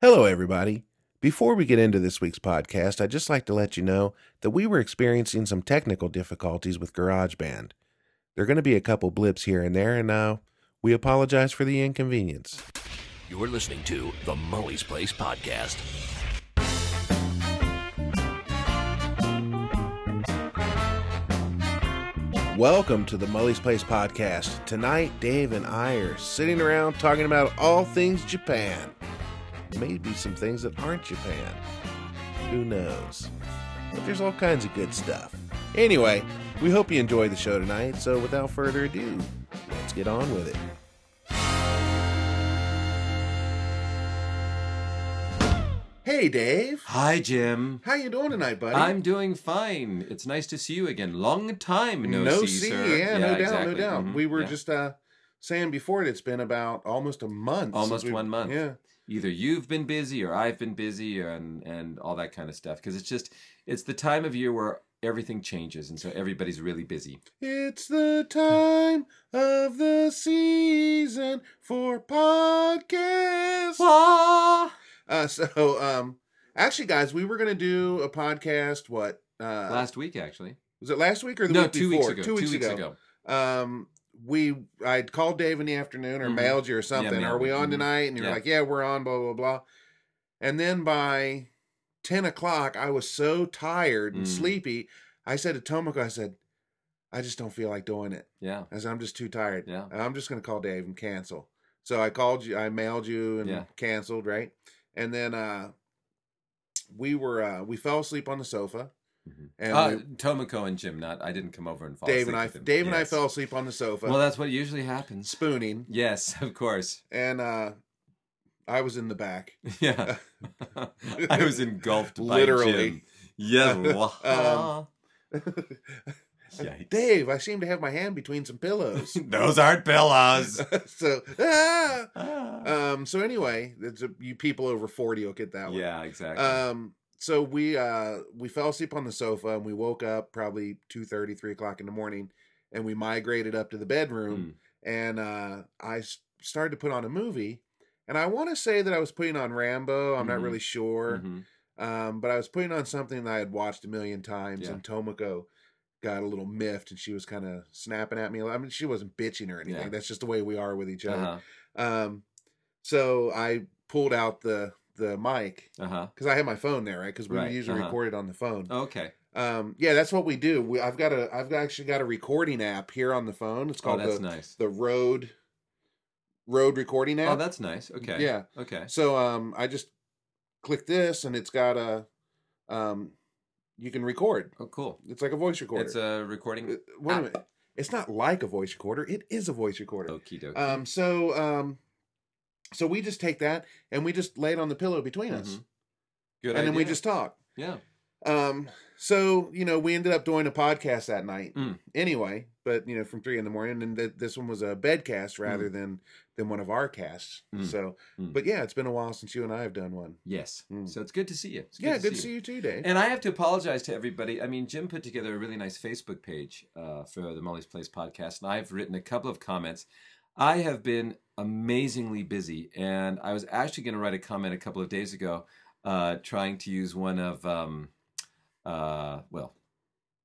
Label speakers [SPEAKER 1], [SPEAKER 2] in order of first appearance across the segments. [SPEAKER 1] Hello, everybody. Before we get into this week's podcast, I'd just like to let you know that we were experiencing some technical difficulties with GarageBand. There are going to be a couple blips here and there, and uh, we apologize for the inconvenience.
[SPEAKER 2] You're listening to the Molly's Place Podcast.
[SPEAKER 1] Welcome to the Mully's Place podcast. Tonight, Dave and I are sitting around talking about all things Japan. Maybe some things that aren't Japan. Who knows? But there's all kinds of good stuff. Anyway, we hope you enjoy the show tonight, so without further ado, let's get on with it. Hey Dave,
[SPEAKER 3] Hi, Jim.
[SPEAKER 1] how you doing tonight, buddy?
[SPEAKER 3] I'm doing fine. It's nice to see you again. Long time no, see, sir.
[SPEAKER 1] Yeah, no doubt,
[SPEAKER 3] exactly.
[SPEAKER 1] no doubt.
[SPEAKER 3] Mhm.
[SPEAKER 1] We were
[SPEAKER 3] Yeah.
[SPEAKER 1] just uh saying before it, it's been about almost a month. since
[SPEAKER 3] Almost
[SPEAKER 1] we-
[SPEAKER 3] one month.
[SPEAKER 1] Yeah,
[SPEAKER 3] either you've been busy or I've been busy or, and and all that kind of stuff because it's just it's the time of year where everything changes and so everybody's really busy.
[SPEAKER 1] it's the time of the season for podcasts.
[SPEAKER 3] Ah!
[SPEAKER 1] Uh, so, um, actually, guys, we were gonna do a podcast. What uh,
[SPEAKER 3] Last week, actually.
[SPEAKER 1] was it? Last week or the
[SPEAKER 3] No,
[SPEAKER 1] week
[SPEAKER 3] two
[SPEAKER 1] before?
[SPEAKER 3] weeks ago. Two weeks, ago.
[SPEAKER 1] um we I'd called Dave in the afternoon or
[SPEAKER 3] Mhm.
[SPEAKER 1] mailed you or something.
[SPEAKER 3] mailed
[SPEAKER 1] Are we
[SPEAKER 3] me.
[SPEAKER 1] on
[SPEAKER 3] Mhm.
[SPEAKER 1] tonight? And you're
[SPEAKER 3] Yeah.
[SPEAKER 1] like, Yeah, we're on, blah, blah, blah. And then by ten o'clock, I was so tired and
[SPEAKER 3] Mm.
[SPEAKER 1] sleepy. I said to Tomoko, I said, I just don't feel like doing it.
[SPEAKER 3] Yeah.
[SPEAKER 1] I said, I'm just too tired.
[SPEAKER 3] Yeah.
[SPEAKER 1] I'm just gonna call Dave and cancel. So I called you, I mailed you and
[SPEAKER 3] Yeah.
[SPEAKER 1] canceled, right? And then uh we were uh we fell asleep on the sofa.
[SPEAKER 3] Mhm.
[SPEAKER 1] And
[SPEAKER 3] Uh,
[SPEAKER 1] we-
[SPEAKER 3] Tomoko and Jim, not I didn't come over and fall
[SPEAKER 1] Dave
[SPEAKER 3] asleep
[SPEAKER 1] and I
[SPEAKER 3] with them.
[SPEAKER 1] Dave and I
[SPEAKER 3] Yes.
[SPEAKER 1] fell asleep on the sofa
[SPEAKER 3] Well, that's what usually happens.
[SPEAKER 1] spooning.
[SPEAKER 3] Yes, of course.
[SPEAKER 1] and uh I was in the back.
[SPEAKER 3] Yeah. I was engulfed by
[SPEAKER 1] Literally. Um,
[SPEAKER 3] Jim. Yeah. wah. Yikes.
[SPEAKER 1] Dave, I seem to have my hand between some pillows.
[SPEAKER 3] Those aren't pillows.
[SPEAKER 1] so ah!
[SPEAKER 3] Ah.
[SPEAKER 1] um so anyway, that's a, you people over 40 will get that one.
[SPEAKER 3] yeah, exactly.
[SPEAKER 1] Um so we uh we fell asleep on the sofa and we woke up probably 2:30 3 o'clock in the morning and we migrated up to the bedroom
[SPEAKER 3] Mm-hmm,
[SPEAKER 1] and uh I s- started to put on a movie and I want to say that I was putting on Rambo, I'm not
[SPEAKER 3] Mhm.
[SPEAKER 1] really sure.
[SPEAKER 3] Mhm.
[SPEAKER 1] Um, but I was putting on something that I had watched a million times,
[SPEAKER 3] Yeah.
[SPEAKER 1] and Tomoko got a little miffed, and she was kind of snapping at me. I mean, she wasn't bitching or anything.
[SPEAKER 3] Yeah.
[SPEAKER 1] That's just the way we are with each other.
[SPEAKER 3] Uh-huh.
[SPEAKER 1] Um, so I pulled out the the mic
[SPEAKER 3] Uh-huh.
[SPEAKER 1] because I had my phone there, right? Because we
[SPEAKER 3] Right,
[SPEAKER 1] usually
[SPEAKER 3] uh-huh.
[SPEAKER 1] record it on the phone.
[SPEAKER 3] Okay.
[SPEAKER 1] Um, yeah, that's what we do. We, I've got a I've actually got a recording app here on the phone. It's
[SPEAKER 3] Oh,
[SPEAKER 1] called
[SPEAKER 3] that's
[SPEAKER 1] the
[SPEAKER 3] nice.
[SPEAKER 1] the Rode Rode recording app.
[SPEAKER 3] Oh, that's nice. Okay.
[SPEAKER 1] Yeah.
[SPEAKER 3] Okay.
[SPEAKER 1] So um, I just click this, and it's got a um, you can record.
[SPEAKER 3] Oh, cool.
[SPEAKER 1] It's like a voice recorder.
[SPEAKER 3] It's
[SPEAKER 1] Uh,
[SPEAKER 3] a recording.
[SPEAKER 1] Wait a minute. It's not like a voice recorder. It is a voice recorder.
[SPEAKER 3] Okie dokie.
[SPEAKER 1] Um, so um, so we just take that and we just lay it on the pillow between us,
[SPEAKER 3] Mhm. Good
[SPEAKER 1] and then we
[SPEAKER 3] idea.
[SPEAKER 1] just talk.
[SPEAKER 3] Yeah.
[SPEAKER 1] Um, so you know, we ended up doing a podcast that night
[SPEAKER 3] Mm.
[SPEAKER 1] anyway, but you know, from three in the morning, and th- this one was a bedcast rather than than one of our casts.
[SPEAKER 3] Mm.
[SPEAKER 1] So,
[SPEAKER 3] Mm.
[SPEAKER 1] but yeah, it's been a while since you and I have done one.
[SPEAKER 3] Yes.
[SPEAKER 1] Mm.
[SPEAKER 3] So it's good to see you. It's
[SPEAKER 1] yeah, good to see you too, Dave.
[SPEAKER 3] And I have to apologize to everybody. I mean, Jim put together a really nice Facebook page uh, for the Molly's Place podcast, and I've written a couple of comments. I have been amazingly busy, and I was actually going to write a comment a couple of days ago, uh, trying to use one of, um, uh, well,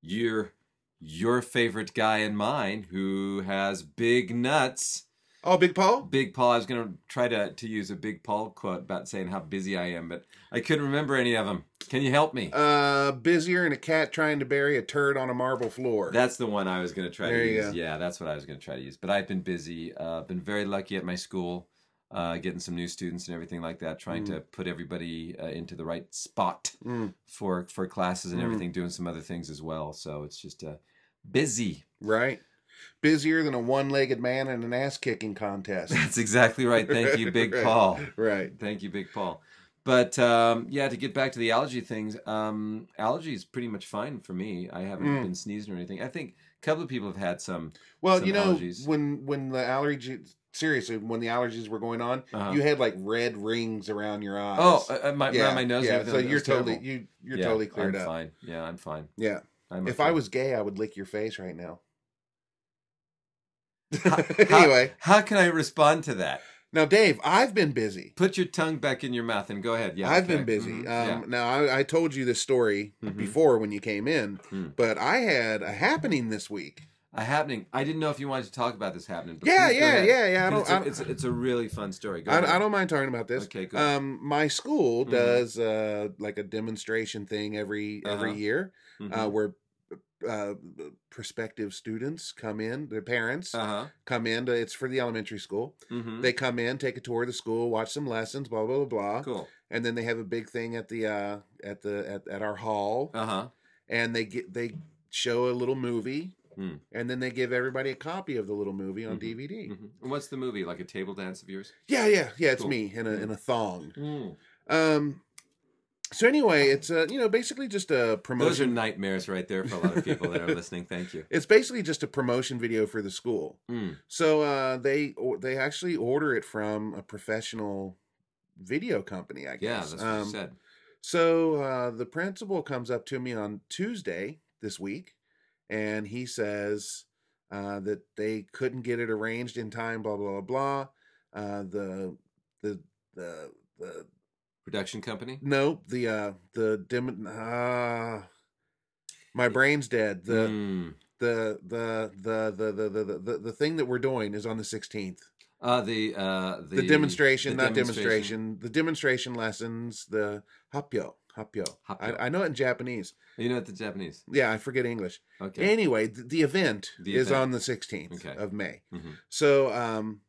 [SPEAKER 3] your your favorite guy and mine who has big nuts.
[SPEAKER 1] oh, Big Paul.
[SPEAKER 3] Big Paul. I was going to try to to use a Big Paul quote about saying how busy I am, but I couldn't remember any of them. Can you help me?
[SPEAKER 1] Uh, busier than a cat trying to bury a turd on a marble floor.
[SPEAKER 3] That's the one I was going to try
[SPEAKER 1] There
[SPEAKER 3] to
[SPEAKER 1] you
[SPEAKER 3] use.
[SPEAKER 1] go.
[SPEAKER 3] Yeah, that's what I was going to try to use. But I've been busy. Uh, been very lucky at my school, uh, getting some new students and everything like that. Trying to put everybody uh, into the right spot
[SPEAKER 1] Mm,
[SPEAKER 3] for for classes and
[SPEAKER 1] Mm.
[SPEAKER 3] everything. Doing some other things as well. So it's just uh, busy.
[SPEAKER 1] right. Busier than a one-legged man in an ass-kicking contest.
[SPEAKER 3] That's exactly right. Thank you, Big
[SPEAKER 1] Right.
[SPEAKER 3] Paul.
[SPEAKER 1] right.
[SPEAKER 3] Thank you, Big Paul. But um, yeah, to get back to the allergy things, um, allergy is pretty much fine for me. I haven't
[SPEAKER 1] Mm.
[SPEAKER 3] been sneezing or anything. I think a couple of people have had some.
[SPEAKER 1] Well,
[SPEAKER 3] Some
[SPEAKER 1] you know,
[SPEAKER 3] allergies.
[SPEAKER 1] when when the allergies seriously, when the allergies were going on,
[SPEAKER 3] Uh-huh.
[SPEAKER 1] you had like red rings around your eyes.
[SPEAKER 3] Oh, uh, uh, my, around my nose. and
[SPEAKER 1] Yeah,
[SPEAKER 3] everything.
[SPEAKER 1] so
[SPEAKER 3] That
[SPEAKER 1] you're
[SPEAKER 3] was terrible.
[SPEAKER 1] totally you you're
[SPEAKER 3] Yeah,
[SPEAKER 1] totally cleared
[SPEAKER 3] I'm
[SPEAKER 1] up.
[SPEAKER 3] Fine. Yeah, I'm fine.
[SPEAKER 1] Yeah.
[SPEAKER 3] I'm
[SPEAKER 1] If
[SPEAKER 3] okay.
[SPEAKER 1] I was gay, I would lick your face right now.
[SPEAKER 3] How-
[SPEAKER 1] anyway,
[SPEAKER 3] how, how can I respond to that?
[SPEAKER 1] Now, Dave, I've been busy.
[SPEAKER 3] Put your tongue back in your mouth and go ahead. Yeah,
[SPEAKER 1] I've
[SPEAKER 3] okay.
[SPEAKER 1] been busy.
[SPEAKER 3] Mhm.
[SPEAKER 1] Um,
[SPEAKER 3] Yeah.
[SPEAKER 1] Now, I, I told you this story
[SPEAKER 3] Mhm.
[SPEAKER 1] before when you came in,
[SPEAKER 3] Mm.
[SPEAKER 1] but I had a happening this week.
[SPEAKER 3] A happening. I didn't know if you wanted to talk about this happening. But
[SPEAKER 1] Yeah,
[SPEAKER 3] please go
[SPEAKER 1] yeah,
[SPEAKER 3] ahead.
[SPEAKER 1] yeah, yeah, I
[SPEAKER 3] 'Cause
[SPEAKER 1] don't- I don't-
[SPEAKER 3] It's a, it's, a, it's a really fun story. Go ahead.
[SPEAKER 1] I, I don't mind talking about this.
[SPEAKER 3] Okay, good.
[SPEAKER 1] Um, my school
[SPEAKER 3] Mhm.
[SPEAKER 1] does uh, like a demonstration thing every every
[SPEAKER 3] Uh-huh.
[SPEAKER 1] year
[SPEAKER 3] Mhm.
[SPEAKER 1] uh, where uh, prospective students come in, their parents
[SPEAKER 3] Uh-huh.
[SPEAKER 1] come in. To, it's for the elementary school.
[SPEAKER 3] Mm-hmm.
[SPEAKER 1] They come in, take a tour of the school, watch some lessons, blah blah blah blah,
[SPEAKER 3] cool.
[SPEAKER 1] and then they have a big thing at the uh, at the at, at our hall,
[SPEAKER 3] Uh-huh.
[SPEAKER 1] and they get they show a little movie,
[SPEAKER 3] Mm.
[SPEAKER 1] and then they give everybody a copy of the little movie on
[SPEAKER 3] Mhm.
[SPEAKER 1] DVD.
[SPEAKER 3] Mhm. And What's the movie? Like a table dance of yours?
[SPEAKER 1] Yeah, yeah, yeah. It's
[SPEAKER 3] Cool. Hmm.
[SPEAKER 1] me in a in a thong.
[SPEAKER 3] Mm.
[SPEAKER 1] Um. So anyway, it's a you know basically just a
[SPEAKER 3] Those are
[SPEAKER 1] promotion.
[SPEAKER 3] nightmares right there for a lot of people that are listening. Thank you.
[SPEAKER 1] It's basically just a promotion video for the school.
[SPEAKER 3] Mm.
[SPEAKER 1] So uh, they or, they actually order it from a professional video company, I
[SPEAKER 3] Yeah,
[SPEAKER 1] guess.
[SPEAKER 3] that's what you
[SPEAKER 1] Um,
[SPEAKER 3] said.
[SPEAKER 1] So uh, the principal comes up to me on Tuesday this week, and he says uh, that they couldn't get it arranged in time. Blah blah blah. blah. Uh, the the the the
[SPEAKER 3] Production company?
[SPEAKER 1] Nope the uh the dim uh my brain's dead. The,
[SPEAKER 3] Mm.
[SPEAKER 1] the the the the the the the the thing that we're doing is on the sixteenth.
[SPEAKER 3] Uh, the, uh, the,
[SPEAKER 1] The, demonstration,
[SPEAKER 3] the
[SPEAKER 1] not demonstration. The demonstration lessons. The hapyo hapyo.
[SPEAKER 3] Hapyo.
[SPEAKER 1] I, I know it in Japanese.
[SPEAKER 3] You know, the Japanese.
[SPEAKER 1] Yeah, I forget English.
[SPEAKER 3] Okay.
[SPEAKER 1] Anyway, the, the event
[SPEAKER 3] The
[SPEAKER 1] is
[SPEAKER 3] event.
[SPEAKER 1] on the sixteenth
[SPEAKER 3] Okay.
[SPEAKER 1] of May.
[SPEAKER 3] Mhm.
[SPEAKER 1] So um,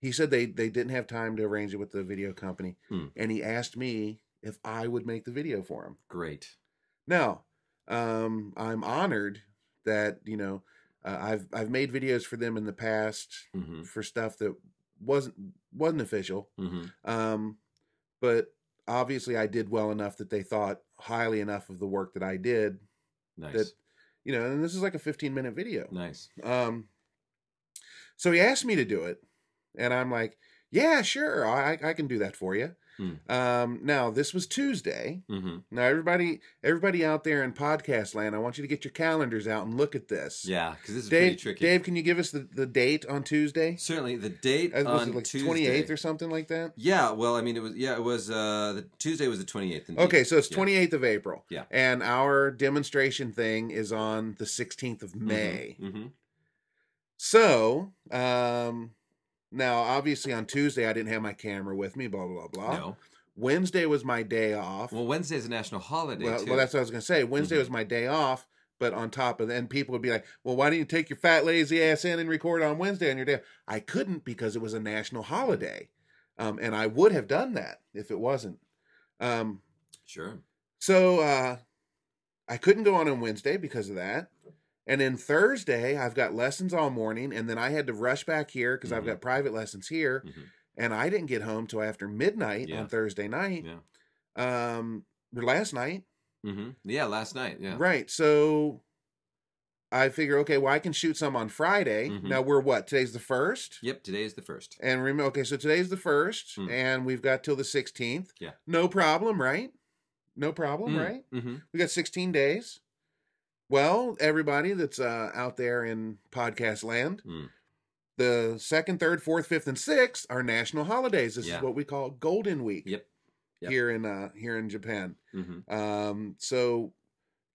[SPEAKER 1] he said they they didn't have time to arrange it with the video company,
[SPEAKER 3] Hmm.
[SPEAKER 1] and he asked me if I would make the video for him.
[SPEAKER 3] Great.
[SPEAKER 1] Now, um, I'm honored that you know uh, I've I've made videos for them in the past
[SPEAKER 3] Mm-hmm.
[SPEAKER 1] for stuff that wasn't wasn't official,
[SPEAKER 3] Mm-hmm.
[SPEAKER 1] um, but obviously I did well enough that they thought highly enough of the work that I did
[SPEAKER 3] Nice.
[SPEAKER 1] that you know, and this is like a 15 minute video.
[SPEAKER 3] Nice.
[SPEAKER 1] Um, so he asked me to do it, and I'm like, yeah, sure, I I can do that for you.
[SPEAKER 3] Mm.
[SPEAKER 1] Um, now this was Tuesday.
[SPEAKER 3] Mm-hmm.
[SPEAKER 1] Now everybody everybody out there in podcast land, I want you to get your calendars out and look at this.
[SPEAKER 3] Yeah, because this is pretty
[SPEAKER 1] Dave,
[SPEAKER 3] tricky.
[SPEAKER 1] Dave, can you give us the, the date on Tuesday?
[SPEAKER 3] Certainly, the date
[SPEAKER 1] Uh, was
[SPEAKER 3] on
[SPEAKER 1] it like
[SPEAKER 3] Tuesday.
[SPEAKER 1] twenty eighth or something like that?
[SPEAKER 3] Yeah, well, I mean, it was yeah, it was uh, the Tuesday was the twenty eighth.
[SPEAKER 1] Okay, so it's
[SPEAKER 3] Yeah.
[SPEAKER 1] twenty eighth of April.
[SPEAKER 3] Yeah.
[SPEAKER 1] And our demonstration thing is on the sixteenth of May.
[SPEAKER 3] Mm-hmm.
[SPEAKER 1] So, um now obviously on Tuesday I didn't have my camera with me, blah blah blah.
[SPEAKER 3] No,
[SPEAKER 1] Wednesday was my day off.
[SPEAKER 3] well, Wednesday's a national holiday
[SPEAKER 1] Well,
[SPEAKER 3] too.
[SPEAKER 1] well, that's what I was gonna say. Wednesday
[SPEAKER 3] Mhm.
[SPEAKER 1] was my day off, but on top of that, and people would be like, "Well, why didn't you take your fat lazy ass in and record on Wednesday on your day?" off?" I couldn't because it was a national holiday, um, and I would have done that if it wasn't. Um,
[SPEAKER 3] sure.
[SPEAKER 1] so uh, I couldn't go on on Wednesday because of that. And then Thursday, I've got lessons all morning, and then I had to rush back here because I've
[SPEAKER 3] Mhm.
[SPEAKER 1] got private lessons here,
[SPEAKER 3] Mhm.
[SPEAKER 1] and I didn't get home till after midnight
[SPEAKER 3] Yeah.
[SPEAKER 1] on Thursday night.
[SPEAKER 3] Yeah.
[SPEAKER 1] Um, or last night.
[SPEAKER 3] Mm-hmm. Yeah, last night. Yeah.
[SPEAKER 1] Right. So I figure, okay, well, I can shoot some on Friday.
[SPEAKER 3] Mhm.
[SPEAKER 1] Now we're what? Today's the first.
[SPEAKER 3] Yep. Today is the first.
[SPEAKER 1] And remember, okay, so today's the first,
[SPEAKER 3] Mm.
[SPEAKER 1] and we've got till the 16th.
[SPEAKER 3] Yeah.
[SPEAKER 1] No problem, right? No problem, right?
[SPEAKER 3] Mm-hmm.
[SPEAKER 1] We got 16 days. Well, everybody that's uh, out there in podcast land,
[SPEAKER 3] Mm.
[SPEAKER 1] the second, third, fourth, fifth, and sixth are national holidays. This
[SPEAKER 3] Yeah.
[SPEAKER 1] is what we call Golden Week
[SPEAKER 3] Yep. Yep.
[SPEAKER 1] here in uh, here in Japan.
[SPEAKER 3] Mm-hmm.
[SPEAKER 1] Um, so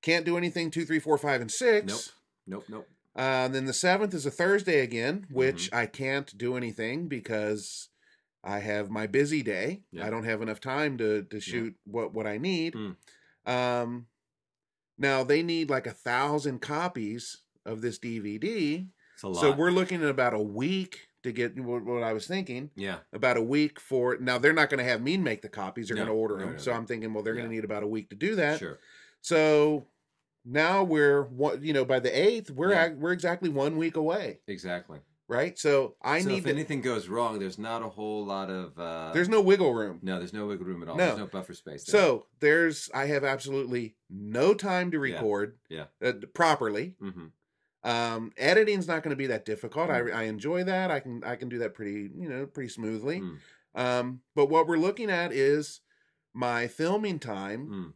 [SPEAKER 1] can't do anything two, three, four, five, and six.
[SPEAKER 3] Nope. Nope. Nope.
[SPEAKER 1] Uh, then the seventh is a Thursday again, which
[SPEAKER 3] Mm-hmm.
[SPEAKER 1] I can't do anything because I have my busy day.
[SPEAKER 3] Yeah. Mm.
[SPEAKER 1] I don't have enough time to to shoot what what I need. Um, now they need like a thousand copies of this DVD,
[SPEAKER 3] It's a lot.
[SPEAKER 1] so we're looking at about a week to get what, what I was thinking.
[SPEAKER 3] yeah.
[SPEAKER 1] About a week for now, they're not going to have me make the copies. They're
[SPEAKER 3] No,
[SPEAKER 1] going to order
[SPEAKER 3] no,
[SPEAKER 1] them.
[SPEAKER 3] no,
[SPEAKER 1] so
[SPEAKER 3] no.
[SPEAKER 1] I'm thinking, well, they're going
[SPEAKER 3] Yeah.
[SPEAKER 1] to need about a week to do that.
[SPEAKER 3] Sure.
[SPEAKER 1] So now we're what you know by the eighth we're
[SPEAKER 3] Yeah.
[SPEAKER 1] ac we're exactly one week away,
[SPEAKER 3] Exactly.
[SPEAKER 1] right? So I
[SPEAKER 3] so
[SPEAKER 1] need
[SPEAKER 3] if
[SPEAKER 1] to,
[SPEAKER 3] anything goes wrong, there's not a whole lot of. Uh,
[SPEAKER 1] there's no wiggle room.
[SPEAKER 3] no, there's no wiggle room at all.
[SPEAKER 1] No.
[SPEAKER 3] There's no buffer space. There.
[SPEAKER 1] So there's I have absolutely no time to
[SPEAKER 3] Yeah.
[SPEAKER 1] record
[SPEAKER 3] Yeah.
[SPEAKER 1] Uh, properly.
[SPEAKER 3] Mm-hmm.
[SPEAKER 1] Um, editing's not going to be that difficult.
[SPEAKER 3] Mm.
[SPEAKER 1] I I enjoy that. I can I can do that pretty you know pretty smoothly.
[SPEAKER 3] Mm.
[SPEAKER 1] Um, but what we're looking at is my filming time
[SPEAKER 3] Mm.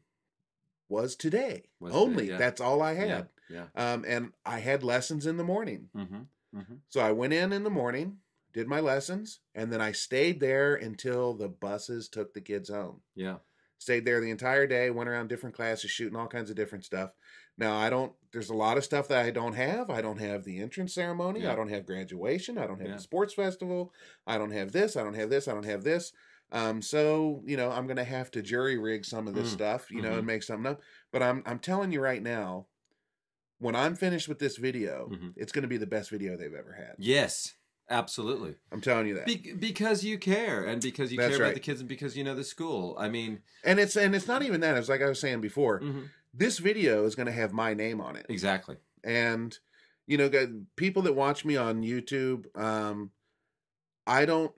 [SPEAKER 1] was today
[SPEAKER 3] Was today,
[SPEAKER 1] only.
[SPEAKER 3] yeah.
[SPEAKER 1] That's all I
[SPEAKER 3] Yeah.
[SPEAKER 1] had.
[SPEAKER 3] Yeah.
[SPEAKER 1] Um, and I had lessons in the morning.
[SPEAKER 3] Mm-hmm. Mm-hmm.
[SPEAKER 1] So I went in in the morning, did my lessons, and then I stayed there until the buses took the kids home.
[SPEAKER 3] Yeah.
[SPEAKER 1] Stayed there the entire day, went around different classes, shooting all kinds of different stuff. Now, I don't, there's a lot of stuff that I don't have. I don't have the entrance ceremony.
[SPEAKER 3] Yeah.
[SPEAKER 1] I don't have graduation. I don't have
[SPEAKER 3] Yeah.
[SPEAKER 1] the sports festival. I don't have this. I don't have this. I don't have this. Um, so, you know, I'm going to have to jury rig some of this
[SPEAKER 3] Mm.
[SPEAKER 1] stuff, you know,
[SPEAKER 3] Mhm.
[SPEAKER 1] and make something up. But I'm, I'm telling you right now, when I'm finished with this video,
[SPEAKER 3] Mhm.
[SPEAKER 1] it's going to be the best video they've ever had.
[SPEAKER 3] Yes. Absolutely.
[SPEAKER 1] I'm telling you that.
[SPEAKER 3] Be- because you care, and because you
[SPEAKER 1] That's
[SPEAKER 3] care about
[SPEAKER 1] right.
[SPEAKER 3] the kids, and because you know the school. I mean,
[SPEAKER 1] and it's and it's not even that. It's like I was saying before.
[SPEAKER 3] mhm.
[SPEAKER 1] This video is going to have my name on it,
[SPEAKER 3] exactly.
[SPEAKER 1] and you know, gu- people that watch me on YouTube, um, I don't.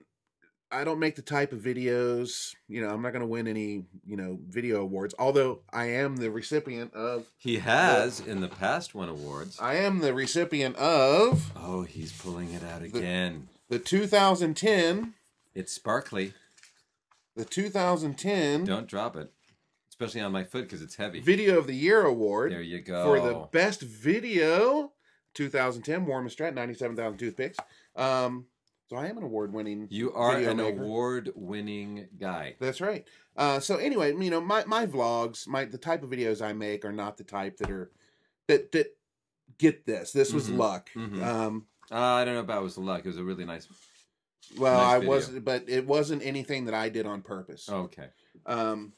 [SPEAKER 1] I don't make the type of videos, you know, I'm not going to win any, you know, video awards, although I am the recipient of
[SPEAKER 3] He has in the past won awards.
[SPEAKER 1] I am the recipient of
[SPEAKER 3] Oh, he's pulling it out again.
[SPEAKER 1] the 2010
[SPEAKER 3] It's sparkly.
[SPEAKER 1] the 2010
[SPEAKER 3] Don't drop it, especially on my foot because it's heavy.
[SPEAKER 1] Video of the Year award.
[SPEAKER 3] There you go.
[SPEAKER 1] for the best video 2010 Warren Strat 97,000 toothpicks. Um, so I am an award winning.
[SPEAKER 3] you are
[SPEAKER 1] video
[SPEAKER 3] an
[SPEAKER 1] maker.
[SPEAKER 3] award-winning guy.
[SPEAKER 1] That's right. Uh, so anyway, you know my, my vlogs, my the type of videos I make are not the type that are that that get this. This was
[SPEAKER 3] Mhm.
[SPEAKER 1] luck.
[SPEAKER 3] Mhm.
[SPEAKER 1] Um,
[SPEAKER 3] Uh, I don't know about it was the luck. It was a really nice.
[SPEAKER 1] well,
[SPEAKER 3] Nice
[SPEAKER 1] I
[SPEAKER 3] video.
[SPEAKER 1] wasn't, but it wasn't anything that I did on purpose.
[SPEAKER 3] oh, Okay.
[SPEAKER 1] Um,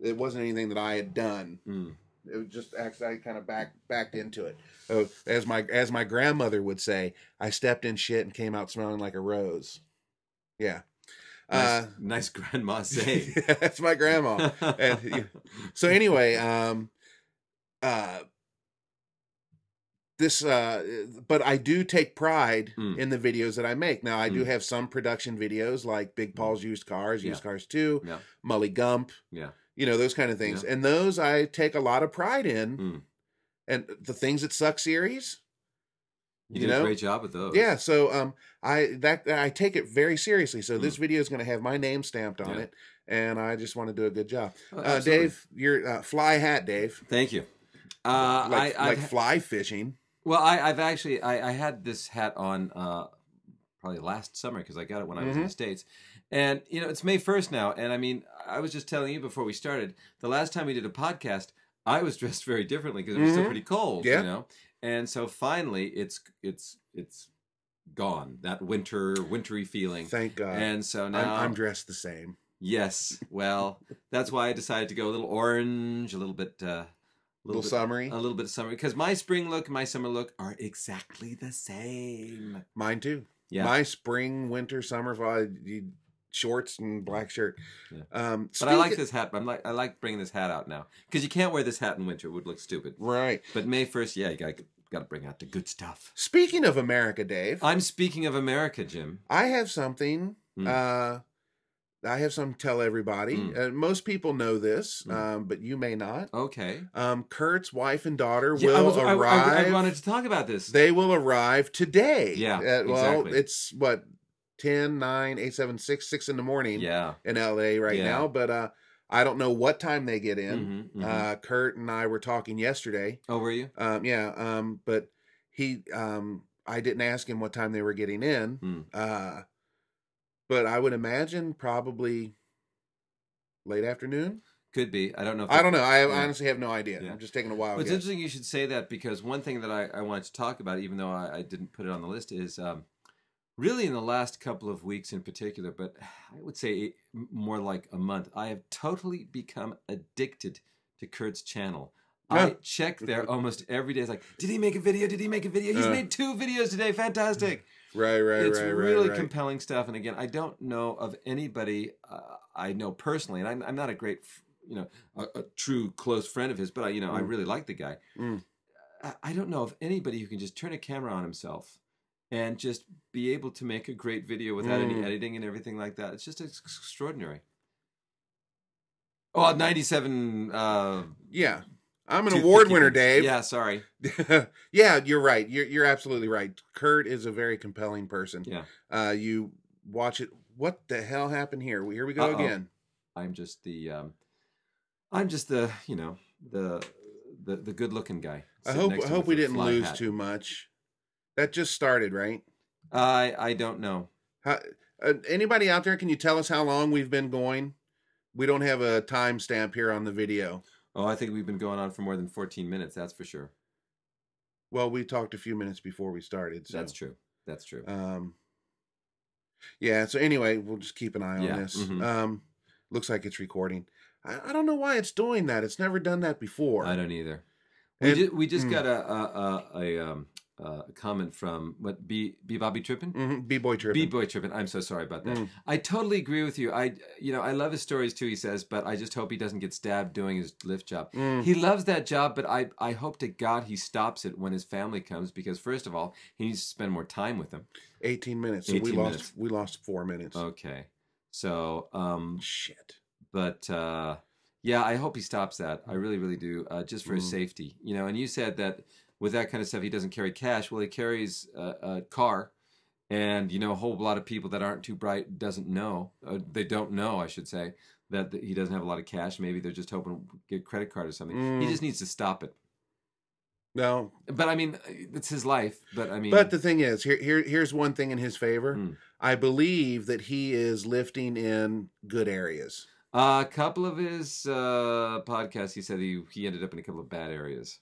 [SPEAKER 1] it wasn't anything that I had done.
[SPEAKER 3] Mm.
[SPEAKER 1] it was just actually I kind of back backed into it. Uh, as my as my grandmother would say, I stepped in shit and came out smelling like a rose. Yeah,
[SPEAKER 3] Nice,
[SPEAKER 1] uh,
[SPEAKER 3] nice grandma saying.
[SPEAKER 1] that's my grandma. And, you- so anyway, um, uh, this uh, but I do take pride
[SPEAKER 3] Mm.
[SPEAKER 1] in the videos that I make. Now I do
[SPEAKER 3] Mm.
[SPEAKER 1] have some production videos like Big Paul's used cars, used cars two,
[SPEAKER 3] Hmm. Yeah.
[SPEAKER 1] Mully Gump,
[SPEAKER 3] Yeah.
[SPEAKER 1] you know those kind of things, and those I take a lot of pride in
[SPEAKER 3] Mm.
[SPEAKER 1] and the things that suck series.
[SPEAKER 3] You,
[SPEAKER 1] You
[SPEAKER 3] did
[SPEAKER 1] know?
[SPEAKER 3] a great job with those.
[SPEAKER 1] Yeah, so um, I that I take it very seriously. So this video is going to have my name stamped on
[SPEAKER 3] Hmm. Yeah.
[SPEAKER 1] it, and I just want to do a good job.
[SPEAKER 3] Oh,
[SPEAKER 1] Uh,
[SPEAKER 3] absolutely.
[SPEAKER 1] Dave, your uh, fly hat, Dave,
[SPEAKER 3] Thank you. Uh,
[SPEAKER 1] like
[SPEAKER 3] I,
[SPEAKER 1] like
[SPEAKER 3] I've-
[SPEAKER 1] fly fishing.
[SPEAKER 3] Well, I, I've actually I, I had this hat on uh, probably last summer because I got it when I was in
[SPEAKER 1] Mm-hmm.
[SPEAKER 3] the states, and you know it's May first now, and I mean I was just telling you before we started the last time we did a podcast I was dressed very differently because it was still
[SPEAKER 1] Mhm.
[SPEAKER 3] pretty cold,
[SPEAKER 1] Yeah.
[SPEAKER 3] you know, and so finally it's it's it's gone that winter wintry feeling,
[SPEAKER 1] Thank God,
[SPEAKER 3] and uh, so
[SPEAKER 1] I'm,
[SPEAKER 3] now
[SPEAKER 1] I'm dressed the same.
[SPEAKER 3] yes, well that's why I decided to go a little orange, a little bit. Uh,
[SPEAKER 1] A little
[SPEAKER 3] bit, uh,
[SPEAKER 1] summery,
[SPEAKER 3] a little bit of summer because my spring look and my summer look are exactly the same.
[SPEAKER 1] mine too.
[SPEAKER 3] Yeah.
[SPEAKER 1] My spring, winter, summer, fall, you- shorts and black shirt.
[SPEAKER 3] Yeah.
[SPEAKER 1] Um,
[SPEAKER 3] but I like
[SPEAKER 1] speaking-
[SPEAKER 3] this hat. I'm like I like bringing this hat out now because you can't wear this hat in winter; it would look stupid.
[SPEAKER 1] Right.
[SPEAKER 3] But May first, yeah, you got got to bring out the good stuff.
[SPEAKER 1] Speaking of America, Dave,
[SPEAKER 3] I'm speaking of America, Jim.
[SPEAKER 1] I have something.
[SPEAKER 3] Mm.
[SPEAKER 1] Uh, I have some to tell everybody.
[SPEAKER 3] Mm.
[SPEAKER 1] Uh, most people know this,
[SPEAKER 3] Mm.
[SPEAKER 1] um, but you may not.
[SPEAKER 3] Okay.
[SPEAKER 1] Um, Kurt's wife and daughter
[SPEAKER 3] Yeah, I,
[SPEAKER 1] will
[SPEAKER 3] was- I- I-
[SPEAKER 1] arrive.
[SPEAKER 3] I wanted to talk about this.
[SPEAKER 1] They will arrive today.
[SPEAKER 3] Yeah,
[SPEAKER 1] Uh, well,
[SPEAKER 3] exactly.
[SPEAKER 1] it's what 10, 9, 8, 7, 6, 6 in the morning
[SPEAKER 3] yeah.
[SPEAKER 1] in LA right
[SPEAKER 3] Yeah.
[SPEAKER 1] now. But uh, I don't know what time they get in.
[SPEAKER 3] Mhm, mhm.
[SPEAKER 1] Uh, Kurt and I were talking yesterday.
[SPEAKER 3] oh, were you?
[SPEAKER 1] Um, yeah, um, but he, um, I didn't ask him what time they were getting in.
[SPEAKER 3] Mm.
[SPEAKER 1] Uh, but I would imagine probably late afternoon.
[SPEAKER 3] Could be. I don't know. If
[SPEAKER 1] I don't know. I
[SPEAKER 3] Yeah.
[SPEAKER 1] honestly have no idea.
[SPEAKER 3] Yeah.
[SPEAKER 1] I'm just taking a while.
[SPEAKER 3] Well, it's interesting you should say that because one thing that I, I wanted to talk about, even though I, I didn't put it on the list, is um, really in the last couple of weeks in particular, but I would say m- more like a month, I have totally become addicted to Kurt's channel. I
[SPEAKER 1] Yeah.
[SPEAKER 3] check there almost every day. It's like, did he make a video? Did he make a video? He's
[SPEAKER 1] Uh.
[SPEAKER 3] made two videos today. Fantastic.
[SPEAKER 1] Right, right,
[SPEAKER 3] it's
[SPEAKER 1] right, right,
[SPEAKER 3] really
[SPEAKER 1] right.
[SPEAKER 3] compelling stuff. And again, I don't know of anybody uh, I know personally, and I'm, I'm not a great, f- you know, a, a true close friend of his, but I, you know, I
[SPEAKER 1] Mm.
[SPEAKER 3] really like the guy.
[SPEAKER 1] Mm.
[SPEAKER 3] I, I don't know of anybody who can just turn a camera on himself and just be able to make a great video without any
[SPEAKER 1] Mm.
[SPEAKER 3] editing and everything like that. It's just ex- extraordinary. Oh, 97. Uh,
[SPEAKER 1] yeah, I'm an
[SPEAKER 3] toothpick
[SPEAKER 1] award winner,
[SPEAKER 3] things.
[SPEAKER 1] Dave.
[SPEAKER 3] Yeah, sorry.
[SPEAKER 1] Yeah. yeah, you're right. You're you're absolutely right. Kurt is a very compelling person.
[SPEAKER 3] Yeah.
[SPEAKER 1] Uh, you watch it. What the hell happened here? Here we go
[SPEAKER 3] Uh-oh.
[SPEAKER 1] again.
[SPEAKER 3] I'm just the um, I'm just the you know the the the good looking guy.
[SPEAKER 1] I
[SPEAKER 3] sitting
[SPEAKER 1] hope
[SPEAKER 3] next
[SPEAKER 1] I
[SPEAKER 3] to him
[SPEAKER 1] hope
[SPEAKER 3] with
[SPEAKER 1] we
[SPEAKER 3] the
[SPEAKER 1] didn't
[SPEAKER 3] fly
[SPEAKER 1] lose
[SPEAKER 3] hat.
[SPEAKER 1] too much. That just started, right?
[SPEAKER 3] I I don't know.
[SPEAKER 1] How, uh, anybody out there, can you tell us how long we've been going? We don't have a timestamp here on the video.
[SPEAKER 3] Oh, I think we've been going on for more than 14 minutes. That's for sure.
[SPEAKER 1] Well, we talked a few minutes before we started. So,
[SPEAKER 3] That's true. That's true.
[SPEAKER 1] Um, yeah. So anyway, we'll just keep an eye on
[SPEAKER 3] Yeah,
[SPEAKER 1] this.
[SPEAKER 3] mhm.
[SPEAKER 1] Um, looks like it's recording. I, I don't know why it's doing that. It's never done that before.
[SPEAKER 3] I don't either. We,
[SPEAKER 1] And-
[SPEAKER 3] ju- we just
[SPEAKER 1] mm.
[SPEAKER 3] got a a, a, a um, uh, a comment from what B B Bobby Trippin.
[SPEAKER 1] Mhm, B-boy
[SPEAKER 3] B
[SPEAKER 1] tripping.
[SPEAKER 3] boy Trippin. I'm so sorry about that.
[SPEAKER 1] Mm.
[SPEAKER 3] I totally agree with you. I you know I love his stories too. He says, but I just hope he doesn't get stabbed doing his lift job.
[SPEAKER 1] Mm.
[SPEAKER 3] He loves that job, but I I hope to God he stops it when his family comes because first of all he needs to spend more time with them.
[SPEAKER 1] Eighteen minutes. So we
[SPEAKER 3] 18
[SPEAKER 1] lost.
[SPEAKER 3] minutes. Oh.
[SPEAKER 1] We lost four minutes.
[SPEAKER 3] Okay, so um
[SPEAKER 1] Shit.
[SPEAKER 3] but uh, yeah, I hope he stops that. I really, really do, uh, just for his
[SPEAKER 1] Mm.
[SPEAKER 3] safety, you know. And you said that with that kind of stuff, he doesn't carry cash. Well, he carries a, a car, and you know, a whole lot of people that aren't too bright doesn't know. Uh, they don't know, I should say, that, that he doesn't have a lot of cash. Maybe they're just hoping to get a credit card or something. He
[SPEAKER 1] Mm.
[SPEAKER 3] just needs to stop it.
[SPEAKER 1] No,
[SPEAKER 3] But I mean, it's his life. But I mean,
[SPEAKER 1] But the thing is, here, here here's one thing in his favor.
[SPEAKER 3] Hmm.
[SPEAKER 1] I believe that he is lifting in good areas.
[SPEAKER 3] a couple of his uh, podcasts, he said he he ended up in a couple of bad areas.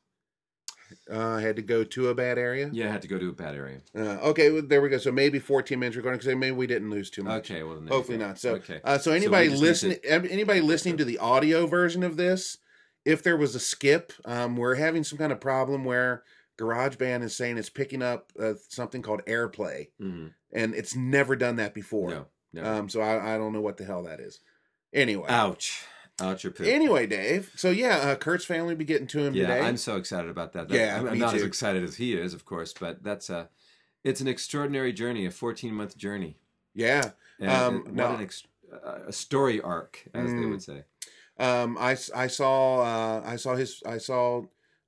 [SPEAKER 1] Uh, had to go to a bad area.
[SPEAKER 3] Yeah, had to go to a bad area.
[SPEAKER 1] Uh, okay, well, there we go. So maybe 14 minutes recording because maybe we didn't lose too much.
[SPEAKER 3] Okay, well, then there you
[SPEAKER 1] Hopefully
[SPEAKER 3] go.
[SPEAKER 1] not. So,
[SPEAKER 3] okay.
[SPEAKER 1] uh, so
[SPEAKER 3] we
[SPEAKER 1] anybody
[SPEAKER 3] just need
[SPEAKER 1] listening, ab- anybody listening to the audio version of this, if there was a skip, um, we're having some kind of problem where GarageBand is saying it's picking up uh, something called AirPlay,
[SPEAKER 3] Mhm.
[SPEAKER 1] and it's never done that before.
[SPEAKER 3] No, no. Oh,
[SPEAKER 1] Um, so I, I don't know what the hell that is. Anyway,
[SPEAKER 3] Ouch. Ouch your poop.
[SPEAKER 1] Anyway, Dave. So yeah, uh, Kurt's family be getting to him
[SPEAKER 3] yeah,
[SPEAKER 1] today.
[SPEAKER 3] I'm so excited about that. That-
[SPEAKER 1] Yeah,
[SPEAKER 3] I'm, I'm
[SPEAKER 1] me
[SPEAKER 3] not as
[SPEAKER 1] too.
[SPEAKER 3] excited as he is, of course, but that's a it's an extraordinary journey, a 14 month journey.
[SPEAKER 1] yeah.
[SPEAKER 3] And
[SPEAKER 1] Um,
[SPEAKER 3] it- what
[SPEAKER 1] no.
[SPEAKER 3] an ex- uh, a story arc, as they
[SPEAKER 1] Mm.
[SPEAKER 3] would say.
[SPEAKER 1] Um, I, s- I saw uh, I saw his I saw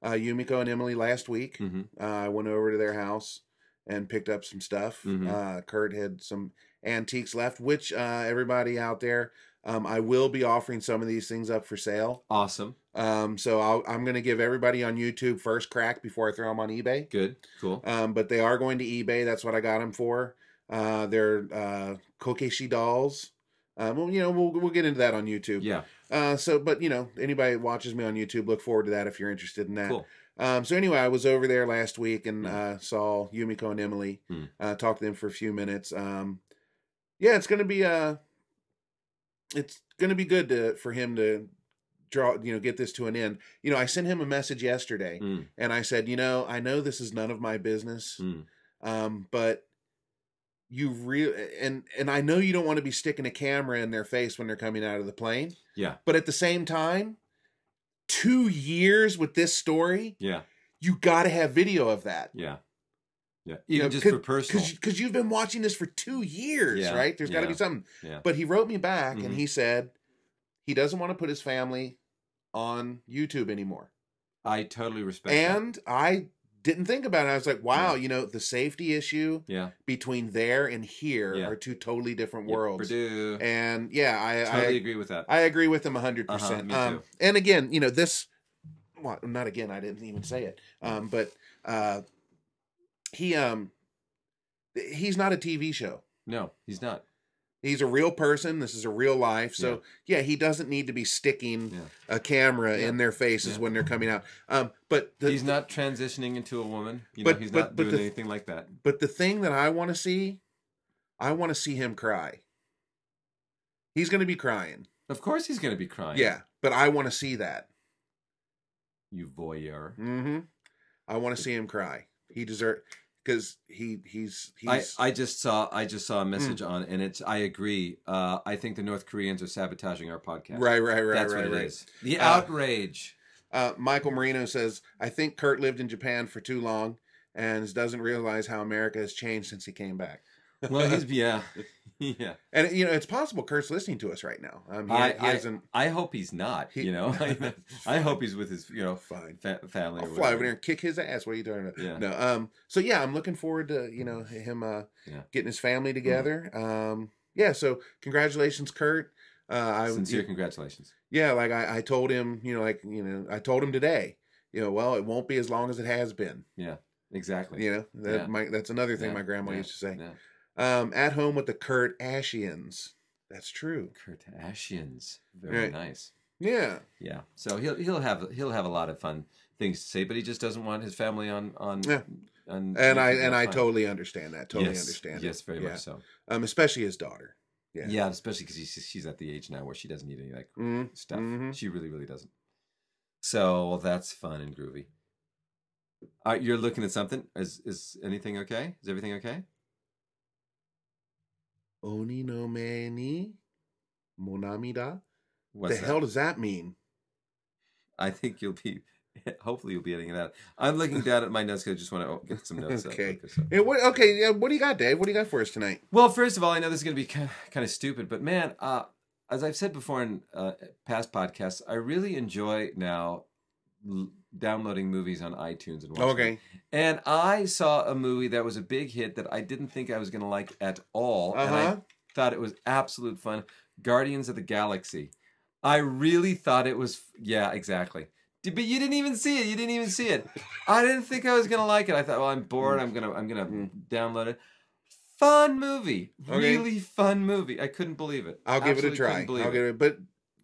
[SPEAKER 1] uh, Yumiko and Emily last week.
[SPEAKER 3] hmm
[SPEAKER 1] Uh, I went over to their house and picked up some stuff.
[SPEAKER 3] Mhm.
[SPEAKER 1] Uh, Kurt had some antiques left, which uh, everybody out there, um, I will be offering some of these things up for sale.
[SPEAKER 3] Awesome.
[SPEAKER 1] Um, so I'll, I'm going to give everybody on YouTube first crack before I throw them on eBay.
[SPEAKER 3] Good. Cool.
[SPEAKER 1] um, but they are going to eBay. That's what I got them for. Uh, they're uh, Kokeshi dolls. Um, well, you know, we'll we'll get into that on YouTube.
[SPEAKER 3] yeah.
[SPEAKER 1] Uh, so, but you know, anybody that watches me on YouTube, look forward to that if you're interested in that.
[SPEAKER 3] Cool.
[SPEAKER 1] Um, so anyway, I was over there last week and
[SPEAKER 3] Mm.
[SPEAKER 1] uh, saw Yumiko and Emily.
[SPEAKER 3] Mm.
[SPEAKER 1] Uh, talked to them for a few minutes. Um, yeah, it's gonna be uh, it's gonna be good to, for him to draw. You know, get this to an end. You know, I sent him a message yesterday
[SPEAKER 3] Mm,
[SPEAKER 1] and I said, you know, I know this is none of my business
[SPEAKER 3] mm,
[SPEAKER 1] um, but you real and and I know you don't want to be sticking a camera in their face when they're coming out of the plane,
[SPEAKER 3] Yeah.
[SPEAKER 1] but at the same time, two years with this story,
[SPEAKER 3] Yeah.
[SPEAKER 1] you got to have video of that
[SPEAKER 3] Yeah. Yeah. Even
[SPEAKER 1] know,
[SPEAKER 3] just
[SPEAKER 1] could-
[SPEAKER 3] for personal.
[SPEAKER 1] because because you've been watching this for two years,
[SPEAKER 3] Yeah,
[SPEAKER 1] right? There's got to
[SPEAKER 3] yeah,
[SPEAKER 1] be something.
[SPEAKER 3] yeah.
[SPEAKER 1] But he wrote me back
[SPEAKER 3] Mhm.
[SPEAKER 1] and he said he doesn't want to put his family on YouTube anymore,
[SPEAKER 3] I totally respect that.
[SPEAKER 1] and I didn't think about it. I was like, wow, you know, the safety issue
[SPEAKER 3] Yeah.
[SPEAKER 1] between there and here
[SPEAKER 3] Yeah.
[SPEAKER 1] are two totally different
[SPEAKER 3] Yeah,
[SPEAKER 1] worlds.
[SPEAKER 3] Purdue.
[SPEAKER 1] and yeah, I
[SPEAKER 3] totally agree with that.
[SPEAKER 1] I, I agree with him hundred percent.
[SPEAKER 3] Uh-huh, me
[SPEAKER 1] Um,
[SPEAKER 3] too.
[SPEAKER 1] and again, you know this. Well, not again. I didn't even say it. Um, but uh, he um he's not a TV show.
[SPEAKER 3] no, he's not.
[SPEAKER 1] He's a real person. This is a real life. So yeah, he doesn't need to be sticking
[SPEAKER 3] Yeah.
[SPEAKER 1] a camera
[SPEAKER 3] Yeah.
[SPEAKER 1] in their faces
[SPEAKER 3] Yeah.
[SPEAKER 1] when they're coming out. Um, but the,
[SPEAKER 3] he's not transitioning into a woman. You
[SPEAKER 1] But-
[SPEAKER 3] know, he's
[SPEAKER 1] but-
[SPEAKER 3] not
[SPEAKER 1] but
[SPEAKER 3] doing
[SPEAKER 1] the-
[SPEAKER 3] anything like that.
[SPEAKER 1] But the thing that I want to see, I want to see him cry. He's going to be crying.
[SPEAKER 3] Of course, he's going to be crying.
[SPEAKER 1] Yeah, but I want to see that.
[SPEAKER 3] you voyeur.
[SPEAKER 1] Mm-hmm. I want to see him cry. He deserves because he he's
[SPEAKER 3] I,
[SPEAKER 1] he's Hmm.
[SPEAKER 3] I just saw I just saw a message on and it's I agree. Uh, I think the North Koreans are sabotaging our podcast.
[SPEAKER 1] right right right
[SPEAKER 3] That's
[SPEAKER 1] right
[SPEAKER 3] what it
[SPEAKER 1] right.
[SPEAKER 3] is. The
[SPEAKER 1] Uh,
[SPEAKER 3] outrage.
[SPEAKER 1] Uh, Michael Marino says I think Kurt lived in Japan for too long and doesn't realize how America has changed since he came back.
[SPEAKER 3] Well, he's yeah, yeah.
[SPEAKER 1] And you know it's possible Kurt's listening to us right now. Um, he,
[SPEAKER 3] I-
[SPEAKER 1] he
[SPEAKER 3] I-
[SPEAKER 1] hasn't.
[SPEAKER 3] I hope he's not.
[SPEAKER 1] He- Oh,
[SPEAKER 3] you know, I, I hope he's with his you know
[SPEAKER 1] Fine.
[SPEAKER 3] fa- family.
[SPEAKER 1] I'll
[SPEAKER 3] or
[SPEAKER 1] fly
[SPEAKER 3] whatever.
[SPEAKER 1] over there and kick his ass. What are you talking about?
[SPEAKER 3] Yeah.
[SPEAKER 1] No. Um. So yeah, I'm looking forward to you know him uh
[SPEAKER 3] Yeah. Mm.
[SPEAKER 1] getting his family together. Um. Yeah. So congratulations, Kurt. Uh, I
[SPEAKER 3] Sincere congratulations.
[SPEAKER 1] yeah, like I, I told him, you know, like you know, I told him today, you know, well, it won't be as long as it has been.
[SPEAKER 3] Exactly.
[SPEAKER 1] You know, that
[SPEAKER 3] Yeah.
[SPEAKER 1] my, that's another thing
[SPEAKER 3] Yeah,
[SPEAKER 1] my grandma
[SPEAKER 3] yeah,
[SPEAKER 1] used to say.
[SPEAKER 3] yeah.
[SPEAKER 1] Um, at home with the Kurt Ashians. That's true.
[SPEAKER 3] Kardashians. Very
[SPEAKER 1] Right.
[SPEAKER 3] nice.
[SPEAKER 1] Yeah.
[SPEAKER 3] Yeah. So he'll he'll have he'll have a lot of fun things to say, but he just doesn't want his family on on.
[SPEAKER 1] Yeah.
[SPEAKER 3] on
[SPEAKER 1] And I
[SPEAKER 3] YouTube.
[SPEAKER 1] and I
[SPEAKER 3] Fine.
[SPEAKER 1] totally understand that. Totally
[SPEAKER 3] Yes.
[SPEAKER 1] understand.
[SPEAKER 3] Yes,
[SPEAKER 1] it.
[SPEAKER 3] very
[SPEAKER 1] yeah.
[SPEAKER 3] much so.
[SPEAKER 1] Um, especially his daughter. Yeah.
[SPEAKER 3] Yeah, especially because she's she's at the age now where she doesn't need any of that
[SPEAKER 1] Mhm.
[SPEAKER 3] stuff.
[SPEAKER 1] Mhm.
[SPEAKER 3] She really really doesn't. So well, that's fun and groovy. All right, you're looking at something. Is is anything okay? Is everything okay?
[SPEAKER 1] Oni no me ni monamida.
[SPEAKER 3] What's
[SPEAKER 1] the
[SPEAKER 3] that?
[SPEAKER 1] hell does that mean?
[SPEAKER 3] I think you'll be. Hopefully, you'll be editing that. I'm looking down at my notes because I just want to get some notes. up.
[SPEAKER 1] Okay.
[SPEAKER 3] so-
[SPEAKER 1] Yeah, what, okay, yeah, what do you got, Dave? What do you got for us tonight?
[SPEAKER 3] Well, first of all, I know this is going to be kind of stupid, but man, uh, as I've said before in uh, past podcasts, I really enjoy now l- downloading movies on iTunes and watching. them.
[SPEAKER 1] Okay.
[SPEAKER 3] And I saw a movie that was a big hit that I didn't think I was going to like at all, and I
[SPEAKER 1] Uh-huh.
[SPEAKER 3] thought it was absolute fun. Guardians of the Galaxy. I really thought it was. Yeah, exactly. D- But you didn't even see it. You didn't even see it. I didn't think I was gonna like it. I thought, well, I'm bored. I'm gonna, I'm gonna
[SPEAKER 1] Mm.
[SPEAKER 3] download it. Fun movie.
[SPEAKER 1] Okay.
[SPEAKER 3] Really fun movie. I couldn't believe it.
[SPEAKER 1] I'll give it a
[SPEAKER 3] Absolutely
[SPEAKER 1] try.
[SPEAKER 3] couldn't believe Mm.
[SPEAKER 1] I'll give it. But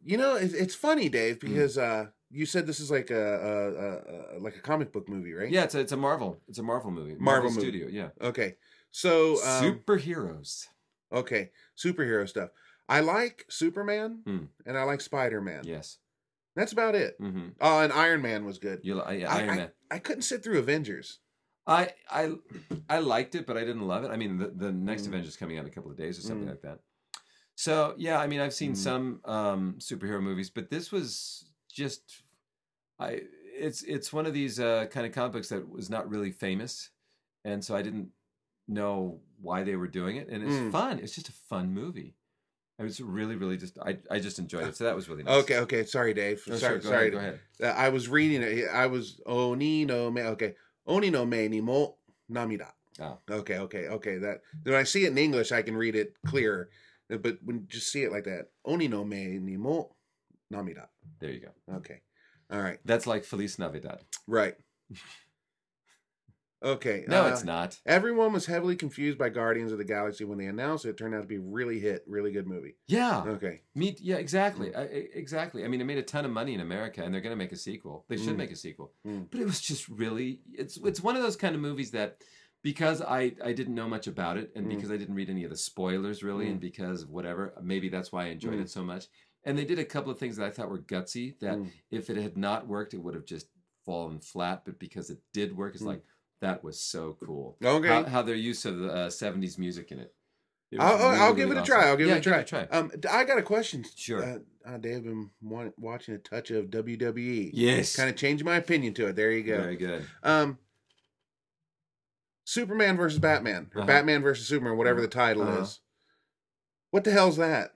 [SPEAKER 1] you know, it's, it's funny, Dave, because uh, you said this is like a, a, a, a like a comic book movie, right?
[SPEAKER 3] Yeah, it's a, it's a Marvel. It's a Marvel movie.
[SPEAKER 1] Marvel movie.
[SPEAKER 3] Studio. Yeah.
[SPEAKER 1] Okay. So um,
[SPEAKER 3] Superheroes.
[SPEAKER 1] okay, superhero stuff. I like Superman
[SPEAKER 3] Mm.
[SPEAKER 1] and I like Spider Man.
[SPEAKER 3] Yes.
[SPEAKER 1] That's about it.
[SPEAKER 3] Mm-hmm.
[SPEAKER 1] Oh, and Iron Man was good.
[SPEAKER 3] You li- yeah,
[SPEAKER 1] I-
[SPEAKER 3] Iron Man.
[SPEAKER 1] I couldn't sit through Avengers.
[SPEAKER 3] I I I liked it, but I didn't love it. I mean, the, the next
[SPEAKER 1] Mm.
[SPEAKER 3] Avengers coming out in a couple of days or something
[SPEAKER 1] Mm.
[SPEAKER 3] like that. So yeah, I mean, I've seen
[SPEAKER 1] Mm.
[SPEAKER 3] some um, superhero movies, but this was just I. It's it's one of these uh, kind of comic books that was not really famous, and so I didn't know why they were doing it. And it's
[SPEAKER 1] Mm.
[SPEAKER 3] fun. It's just a fun movie. I was really really just I I just enjoyed it. So that was really nice.
[SPEAKER 1] Okay, okay. Sorry, Dave.
[SPEAKER 3] No,
[SPEAKER 1] sorry,
[SPEAKER 3] sure, go
[SPEAKER 1] sorry.
[SPEAKER 3] Ahead, go ahead.
[SPEAKER 1] Uh, I was reading it. I was Oni no me. Okay, Oni no me ni mo namida.
[SPEAKER 3] Oh.
[SPEAKER 1] Okay, okay, okay. That when I see it in English, I can read it clear. But when you just see it like that, Oni no me ni mo namida.
[SPEAKER 3] There you go.
[SPEAKER 1] Okay, all right,
[SPEAKER 3] That's like Feliz Navidad.
[SPEAKER 1] right. Okay.
[SPEAKER 3] No,
[SPEAKER 1] uh,
[SPEAKER 3] it's not.
[SPEAKER 1] Everyone was heavily confused by Guardians of the Galaxy when they announced it. it turned out to be really hit, really good movie.
[SPEAKER 3] Yeah.
[SPEAKER 1] Okay.
[SPEAKER 3] Me, yeah, exactly, I, I- exactly. I mean, it made a ton of money in America, and they're going to make a sequel. They should
[SPEAKER 1] Mm.
[SPEAKER 3] make a sequel,
[SPEAKER 1] Mm.
[SPEAKER 3] but it was just really it's it's one of those kind of movies that because I I didn't know much about it, and
[SPEAKER 1] Mm.
[SPEAKER 3] because I didn't read any of the spoilers really, and because of whatever, maybe that's why I enjoyed
[SPEAKER 1] Mm.
[SPEAKER 3] it so much. And they did a couple of things that I thought were gutsy that
[SPEAKER 1] Mm.
[SPEAKER 3] if it had not worked, it would have just fallen flat. But because it did work, it's
[SPEAKER 1] Mm.
[SPEAKER 3] like that was so cool.
[SPEAKER 1] Okay.
[SPEAKER 3] How, how their use of the uh, '70s music in it. It was
[SPEAKER 1] I'll, I'll- I'll
[SPEAKER 3] really,
[SPEAKER 1] give it
[SPEAKER 3] really
[SPEAKER 1] a try.
[SPEAKER 3] awesome.
[SPEAKER 1] I'll give
[SPEAKER 3] Yeah,
[SPEAKER 1] it a try. Um, d- I got a question.
[SPEAKER 3] Sure.
[SPEAKER 1] Uh, uh, Dave, I've been wa- watching a touch of WWE.
[SPEAKER 3] yes.
[SPEAKER 1] Kind of changed my opinion to it. There you go.
[SPEAKER 3] Very good.
[SPEAKER 1] Um, Superman versus Batman, or
[SPEAKER 3] Uh-huh.
[SPEAKER 1] Batman versus Superman, whatever the title
[SPEAKER 3] Uh-huh.
[SPEAKER 1] is. What the hell's that?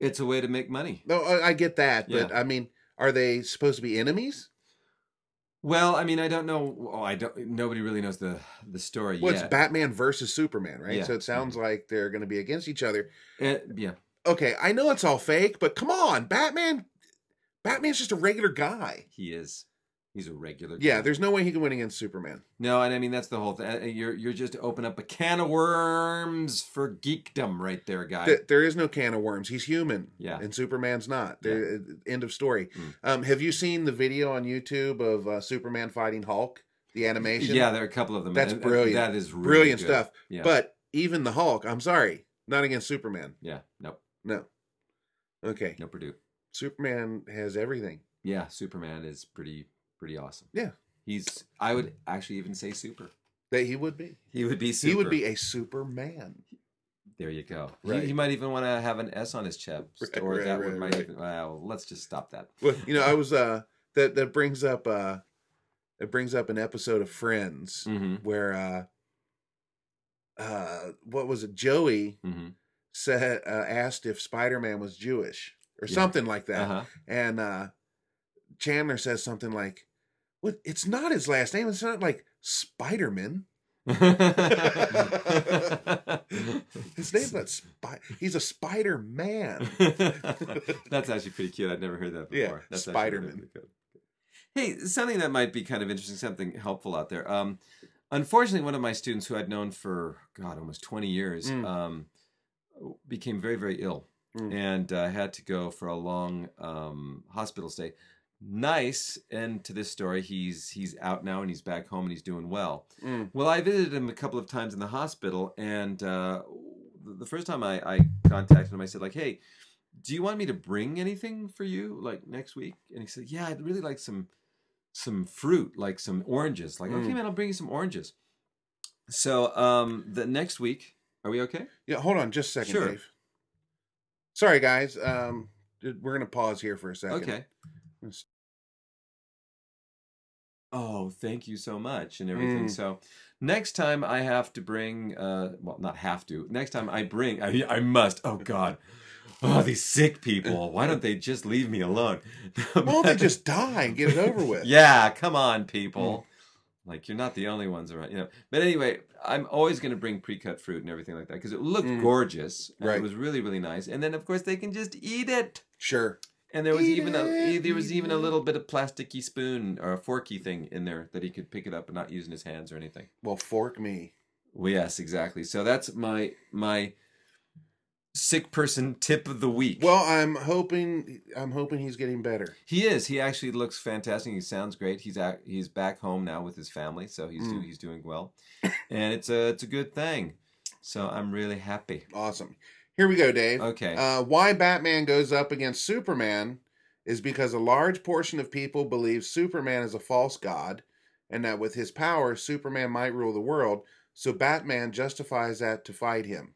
[SPEAKER 3] It's a way to make money.
[SPEAKER 1] No, I, I get that, but I mean, are they supposed to be enemies?
[SPEAKER 3] Well, I mean, I don't know. Oh, I don't. Nobody really knows the the story
[SPEAKER 1] Well, it's
[SPEAKER 3] yet.
[SPEAKER 1] Batman versus Superman, right?
[SPEAKER 3] Yeah. Mm-hmm.
[SPEAKER 1] So it sounds like they're going to be against each other.
[SPEAKER 3] Uh, yeah,
[SPEAKER 1] Okay, I know it's all fake, but come on, Batman. Batman's just a regular guy.
[SPEAKER 3] he is. He's a regular.
[SPEAKER 1] Yeah,
[SPEAKER 3] guy.
[SPEAKER 1] there's no way he can win against Superman.
[SPEAKER 3] no, and I mean that's the whole thing. Uh, You're you're just open up a can of worms for geekdom right there, guy.
[SPEAKER 1] Th- there is no can of worms. He's human.
[SPEAKER 3] Yeah.
[SPEAKER 1] And Superman's not. There, uh, End of story.
[SPEAKER 3] Mm.
[SPEAKER 1] Um, have you seen the video on YouTube of uh, Superman fighting Hulk? The animation?
[SPEAKER 3] yeah, there are a couple of them.
[SPEAKER 1] That's
[SPEAKER 3] and- and
[SPEAKER 1] brilliant.
[SPEAKER 3] That is really
[SPEAKER 1] Brilliant
[SPEAKER 3] good.
[SPEAKER 1] stuff.
[SPEAKER 3] Yeah.
[SPEAKER 1] But even the Hulk, I'm sorry, not against Superman.
[SPEAKER 3] yeah, nope,
[SPEAKER 1] No. Okay.
[SPEAKER 3] no Purdue.
[SPEAKER 1] Superman has everything.
[SPEAKER 3] Yeah, Superman is pretty pretty awesome.
[SPEAKER 1] Yeah.
[SPEAKER 3] he's. I would actually even say super.
[SPEAKER 1] That he would be.
[SPEAKER 3] He would be. Super.
[SPEAKER 1] He would be a Superman.
[SPEAKER 3] There you go. He-
[SPEAKER 1] Right.
[SPEAKER 3] He, might even want to have an S on his chest,
[SPEAKER 1] Right,
[SPEAKER 3] or
[SPEAKER 1] right,
[SPEAKER 3] that
[SPEAKER 1] right,
[SPEAKER 3] would might
[SPEAKER 1] right.
[SPEAKER 3] even. Well, let's just stop that.
[SPEAKER 1] Well, you know, I was uh that that brings up uh it brings up an episode of Friends.
[SPEAKER 3] Mm-hmm.
[SPEAKER 1] where uh uh what was it joey
[SPEAKER 3] Mm-hmm.
[SPEAKER 1] said uh, asked if spider-man was jewish or
[SPEAKER 3] Yeah.
[SPEAKER 1] something like that
[SPEAKER 3] Uh-huh.
[SPEAKER 1] and uh chandler says something like what it's not his last name it's not like spider-man
[SPEAKER 3] Uh-huh.
[SPEAKER 1] his name's not Spy. he's a spider-man
[SPEAKER 3] That's actually pretty cute. I'd never heard that before.
[SPEAKER 1] Yeah,
[SPEAKER 3] That's actually really
[SPEAKER 1] Spider-Man.
[SPEAKER 3] good. Hey, something that might be kind of interesting, something helpful out there. Um, unfortunately, one of my students who I'd known for God almost twenty years
[SPEAKER 1] Mm.
[SPEAKER 3] um, became very very ill
[SPEAKER 1] Mm.
[SPEAKER 3] and uh, had to go for a long um, hospital stay. Nice end to this story. He's he's out now and he's back home and he's doing well.
[SPEAKER 1] Mm.
[SPEAKER 3] Well, I visited him a couple of times in the hospital, and uh, the the first time I, I contacted him, I said like, "Hey, do you want me to bring anything for you like next week?" And he said, "Yeah, I'd really like some some fruit, like some oranges." Like,
[SPEAKER 1] Mm.
[SPEAKER 3] "Okay, man, I'll bring you some oranges." So um, the next week, are we okay?
[SPEAKER 1] Yeah, hold on just a second,
[SPEAKER 3] Sure.
[SPEAKER 1] Dave. Sorry, guys. Um, did- we're gonna pause here for a second.
[SPEAKER 3] Okay.
[SPEAKER 1] It's-
[SPEAKER 3] Oh, thank you so much and everything.
[SPEAKER 1] Mm.
[SPEAKER 3] So next time I have to bring, uh, well, not have to. Next time I bring, I, I must. Oh God. Oh, these sick people. Why don't they just leave me alone?
[SPEAKER 1] Why don't they just die and get it over with? Hmm.
[SPEAKER 3] Yeah, come on, people. Like you're not the only ones around, you know. But anyway, I'm always going to bring pre-cut fruit and everything like that because it looked
[SPEAKER 1] Mm.
[SPEAKER 3] gorgeous. and
[SPEAKER 1] Right.
[SPEAKER 3] It was really, really nice. And then of course they can just eat it.
[SPEAKER 1] Sure.
[SPEAKER 3] And there was
[SPEAKER 1] Eat
[SPEAKER 3] even a e,
[SPEAKER 1] it,
[SPEAKER 3] there was
[SPEAKER 1] eat
[SPEAKER 3] even a
[SPEAKER 1] it.
[SPEAKER 3] little bit of plasticky spoon or a forky thing in there that he could pick it up and not using his hands or anything.
[SPEAKER 1] Well, fork me.
[SPEAKER 3] Well, yes, exactly. So that's my my sick person tip of the week.
[SPEAKER 1] Well, I'm hoping I'm hoping he's getting better.
[SPEAKER 3] he is. He actually looks fantastic. He sounds great. He's at, he's back home now with his family, so he's do,
[SPEAKER 1] Mm.
[SPEAKER 3] he's doing well, and it's a it's a good thing. So I'm really happy.
[SPEAKER 1] Awesome. Here we go, Dave.
[SPEAKER 3] Okay.
[SPEAKER 1] Uh, why Batman goes up against Superman is because a large portion of people believe Superman is a false god, and that with his power, Superman might rule the world. So Batman justifies that to fight him.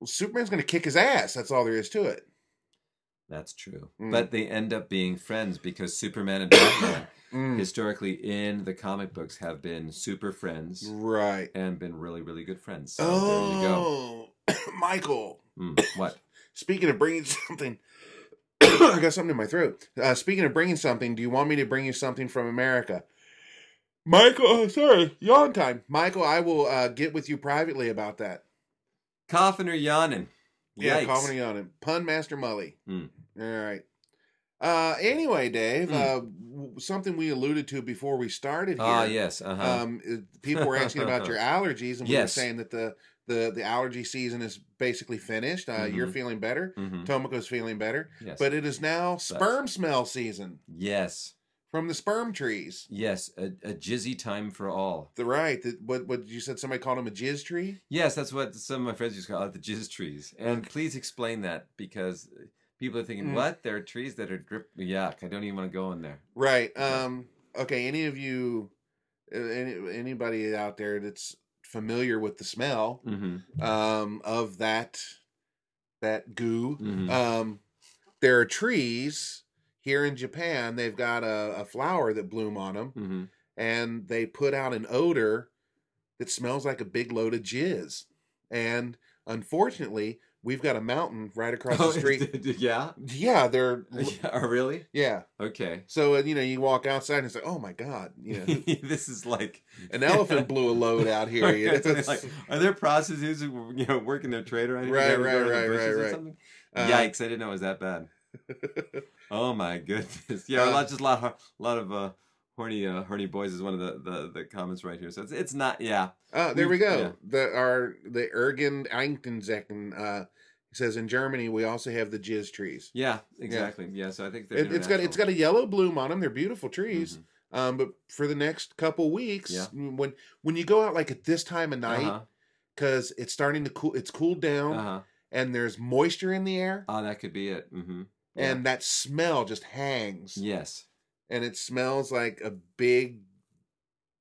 [SPEAKER 1] Well, Superman's going to kick his ass. That's all there is to it.
[SPEAKER 3] That's true.
[SPEAKER 1] Mm.
[SPEAKER 3] But they end up being friends because Superman and Batman
[SPEAKER 1] Hmm.
[SPEAKER 3] historically in the comic books have been super friends
[SPEAKER 1] Right.
[SPEAKER 3] and been really, really good friends. So there you go.
[SPEAKER 1] Mm. oh, Michael.
[SPEAKER 3] Mm, what?
[SPEAKER 1] Speaking of bringing something, I got something in my throat. Uh, speaking of bringing something, do you want me to bring you something from America? Michael, oh, sorry, yawn time. Michael, I will uh, get with you privately about that.
[SPEAKER 3] Coughing or yawning?
[SPEAKER 1] Yeah,
[SPEAKER 3] Yikes.
[SPEAKER 1] call me on it. Pun Master Mully.
[SPEAKER 3] Hmm.
[SPEAKER 1] All right. Uh, anyway, Dave,
[SPEAKER 3] Hmm.
[SPEAKER 1] uh, w- something we alluded to before we started here.
[SPEAKER 3] Ah, yes. Uh huh.
[SPEAKER 1] Um, is- people were asking about your allergies, and we were
[SPEAKER 3] Yes.
[SPEAKER 1] saying that the, the, the allergy season is basically finished. Uh, You're
[SPEAKER 3] Mhm.
[SPEAKER 1] feeling better.
[SPEAKER 3] hmm
[SPEAKER 1] Tomoko's feeling better.
[SPEAKER 3] Yes.
[SPEAKER 1] But it is now sperm smell season
[SPEAKER 3] yes.
[SPEAKER 1] from the sperm trees.
[SPEAKER 3] Yes. A, a jizzy time for all.
[SPEAKER 1] The right, the, what what you said? Somebody called them a jizz tree.
[SPEAKER 3] Yes, that's what some of my friends used to call it the jizz trees. And please explain that because people are thinking,
[SPEAKER 1] Mm.
[SPEAKER 3] what? There are trees that are drip. Yuck. I don't even want to go in there.
[SPEAKER 1] Right.
[SPEAKER 3] Yeah.
[SPEAKER 1] Um. Okay. Any of you, uh, any, anybody out there that's familiar with the smell
[SPEAKER 3] Mm-hmm.
[SPEAKER 1] um of that that goo,
[SPEAKER 3] Mhm.
[SPEAKER 1] um, there are trees here in Japan. They've got a, a flower that bloom on them,
[SPEAKER 3] Mm-hmm.
[SPEAKER 1] and they put out an odor that smells like a big load of jizz. And unfortunately, we've got a mountain right across the street.
[SPEAKER 3] yeah.
[SPEAKER 1] yeah, they're
[SPEAKER 3] Oh, yeah. Really?
[SPEAKER 1] yeah.
[SPEAKER 3] Okay.
[SPEAKER 1] So uh, you know, you walk outside and it's like, oh my god, you know,
[SPEAKER 3] this is like
[SPEAKER 1] an elephant blew a load out here.
[SPEAKER 3] Okay,
[SPEAKER 1] You know,
[SPEAKER 3] so they're
[SPEAKER 1] that's-
[SPEAKER 3] like, are there prostitutes who you know working their trade around here?
[SPEAKER 1] Right,
[SPEAKER 3] They're
[SPEAKER 1] right,
[SPEAKER 3] going to the
[SPEAKER 1] right,
[SPEAKER 3] bushes
[SPEAKER 1] right,
[SPEAKER 3] or
[SPEAKER 1] right.
[SPEAKER 3] something?
[SPEAKER 1] uh,
[SPEAKER 3] Yikes! I didn't know it was that bad. oh my goodness! Yeah, a
[SPEAKER 1] Uh,
[SPEAKER 3] lot, just a lot, of- a lot of uh, horny, uh, horny boys is one of the, the, the comments right here. So it's it's not. Yeah.
[SPEAKER 1] Uh, there we
[SPEAKER 3] We've-
[SPEAKER 1] go.
[SPEAKER 3] yeah.
[SPEAKER 1] The our the Ergen Einkenzecken, uh says in Germany we also have the jizz trees.
[SPEAKER 3] Yeah. Exactly. Yeah. so I think they're
[SPEAKER 1] It, it's got it's got a yellow bloom on them. They're beautiful trees.
[SPEAKER 3] Mhm.
[SPEAKER 1] Um, but for the next couple weeks,
[SPEAKER 3] Yeah.
[SPEAKER 1] when when you go out like at this time of night,
[SPEAKER 3] Uh-huh.
[SPEAKER 1] because it's starting to cool, it's cooled down,
[SPEAKER 3] Uh-huh.
[SPEAKER 1] and there's moisture in the air,
[SPEAKER 3] Oh, that could be it. Mm-hmm.
[SPEAKER 1] and that smell just hangs.
[SPEAKER 3] yes.
[SPEAKER 1] and it smells like a big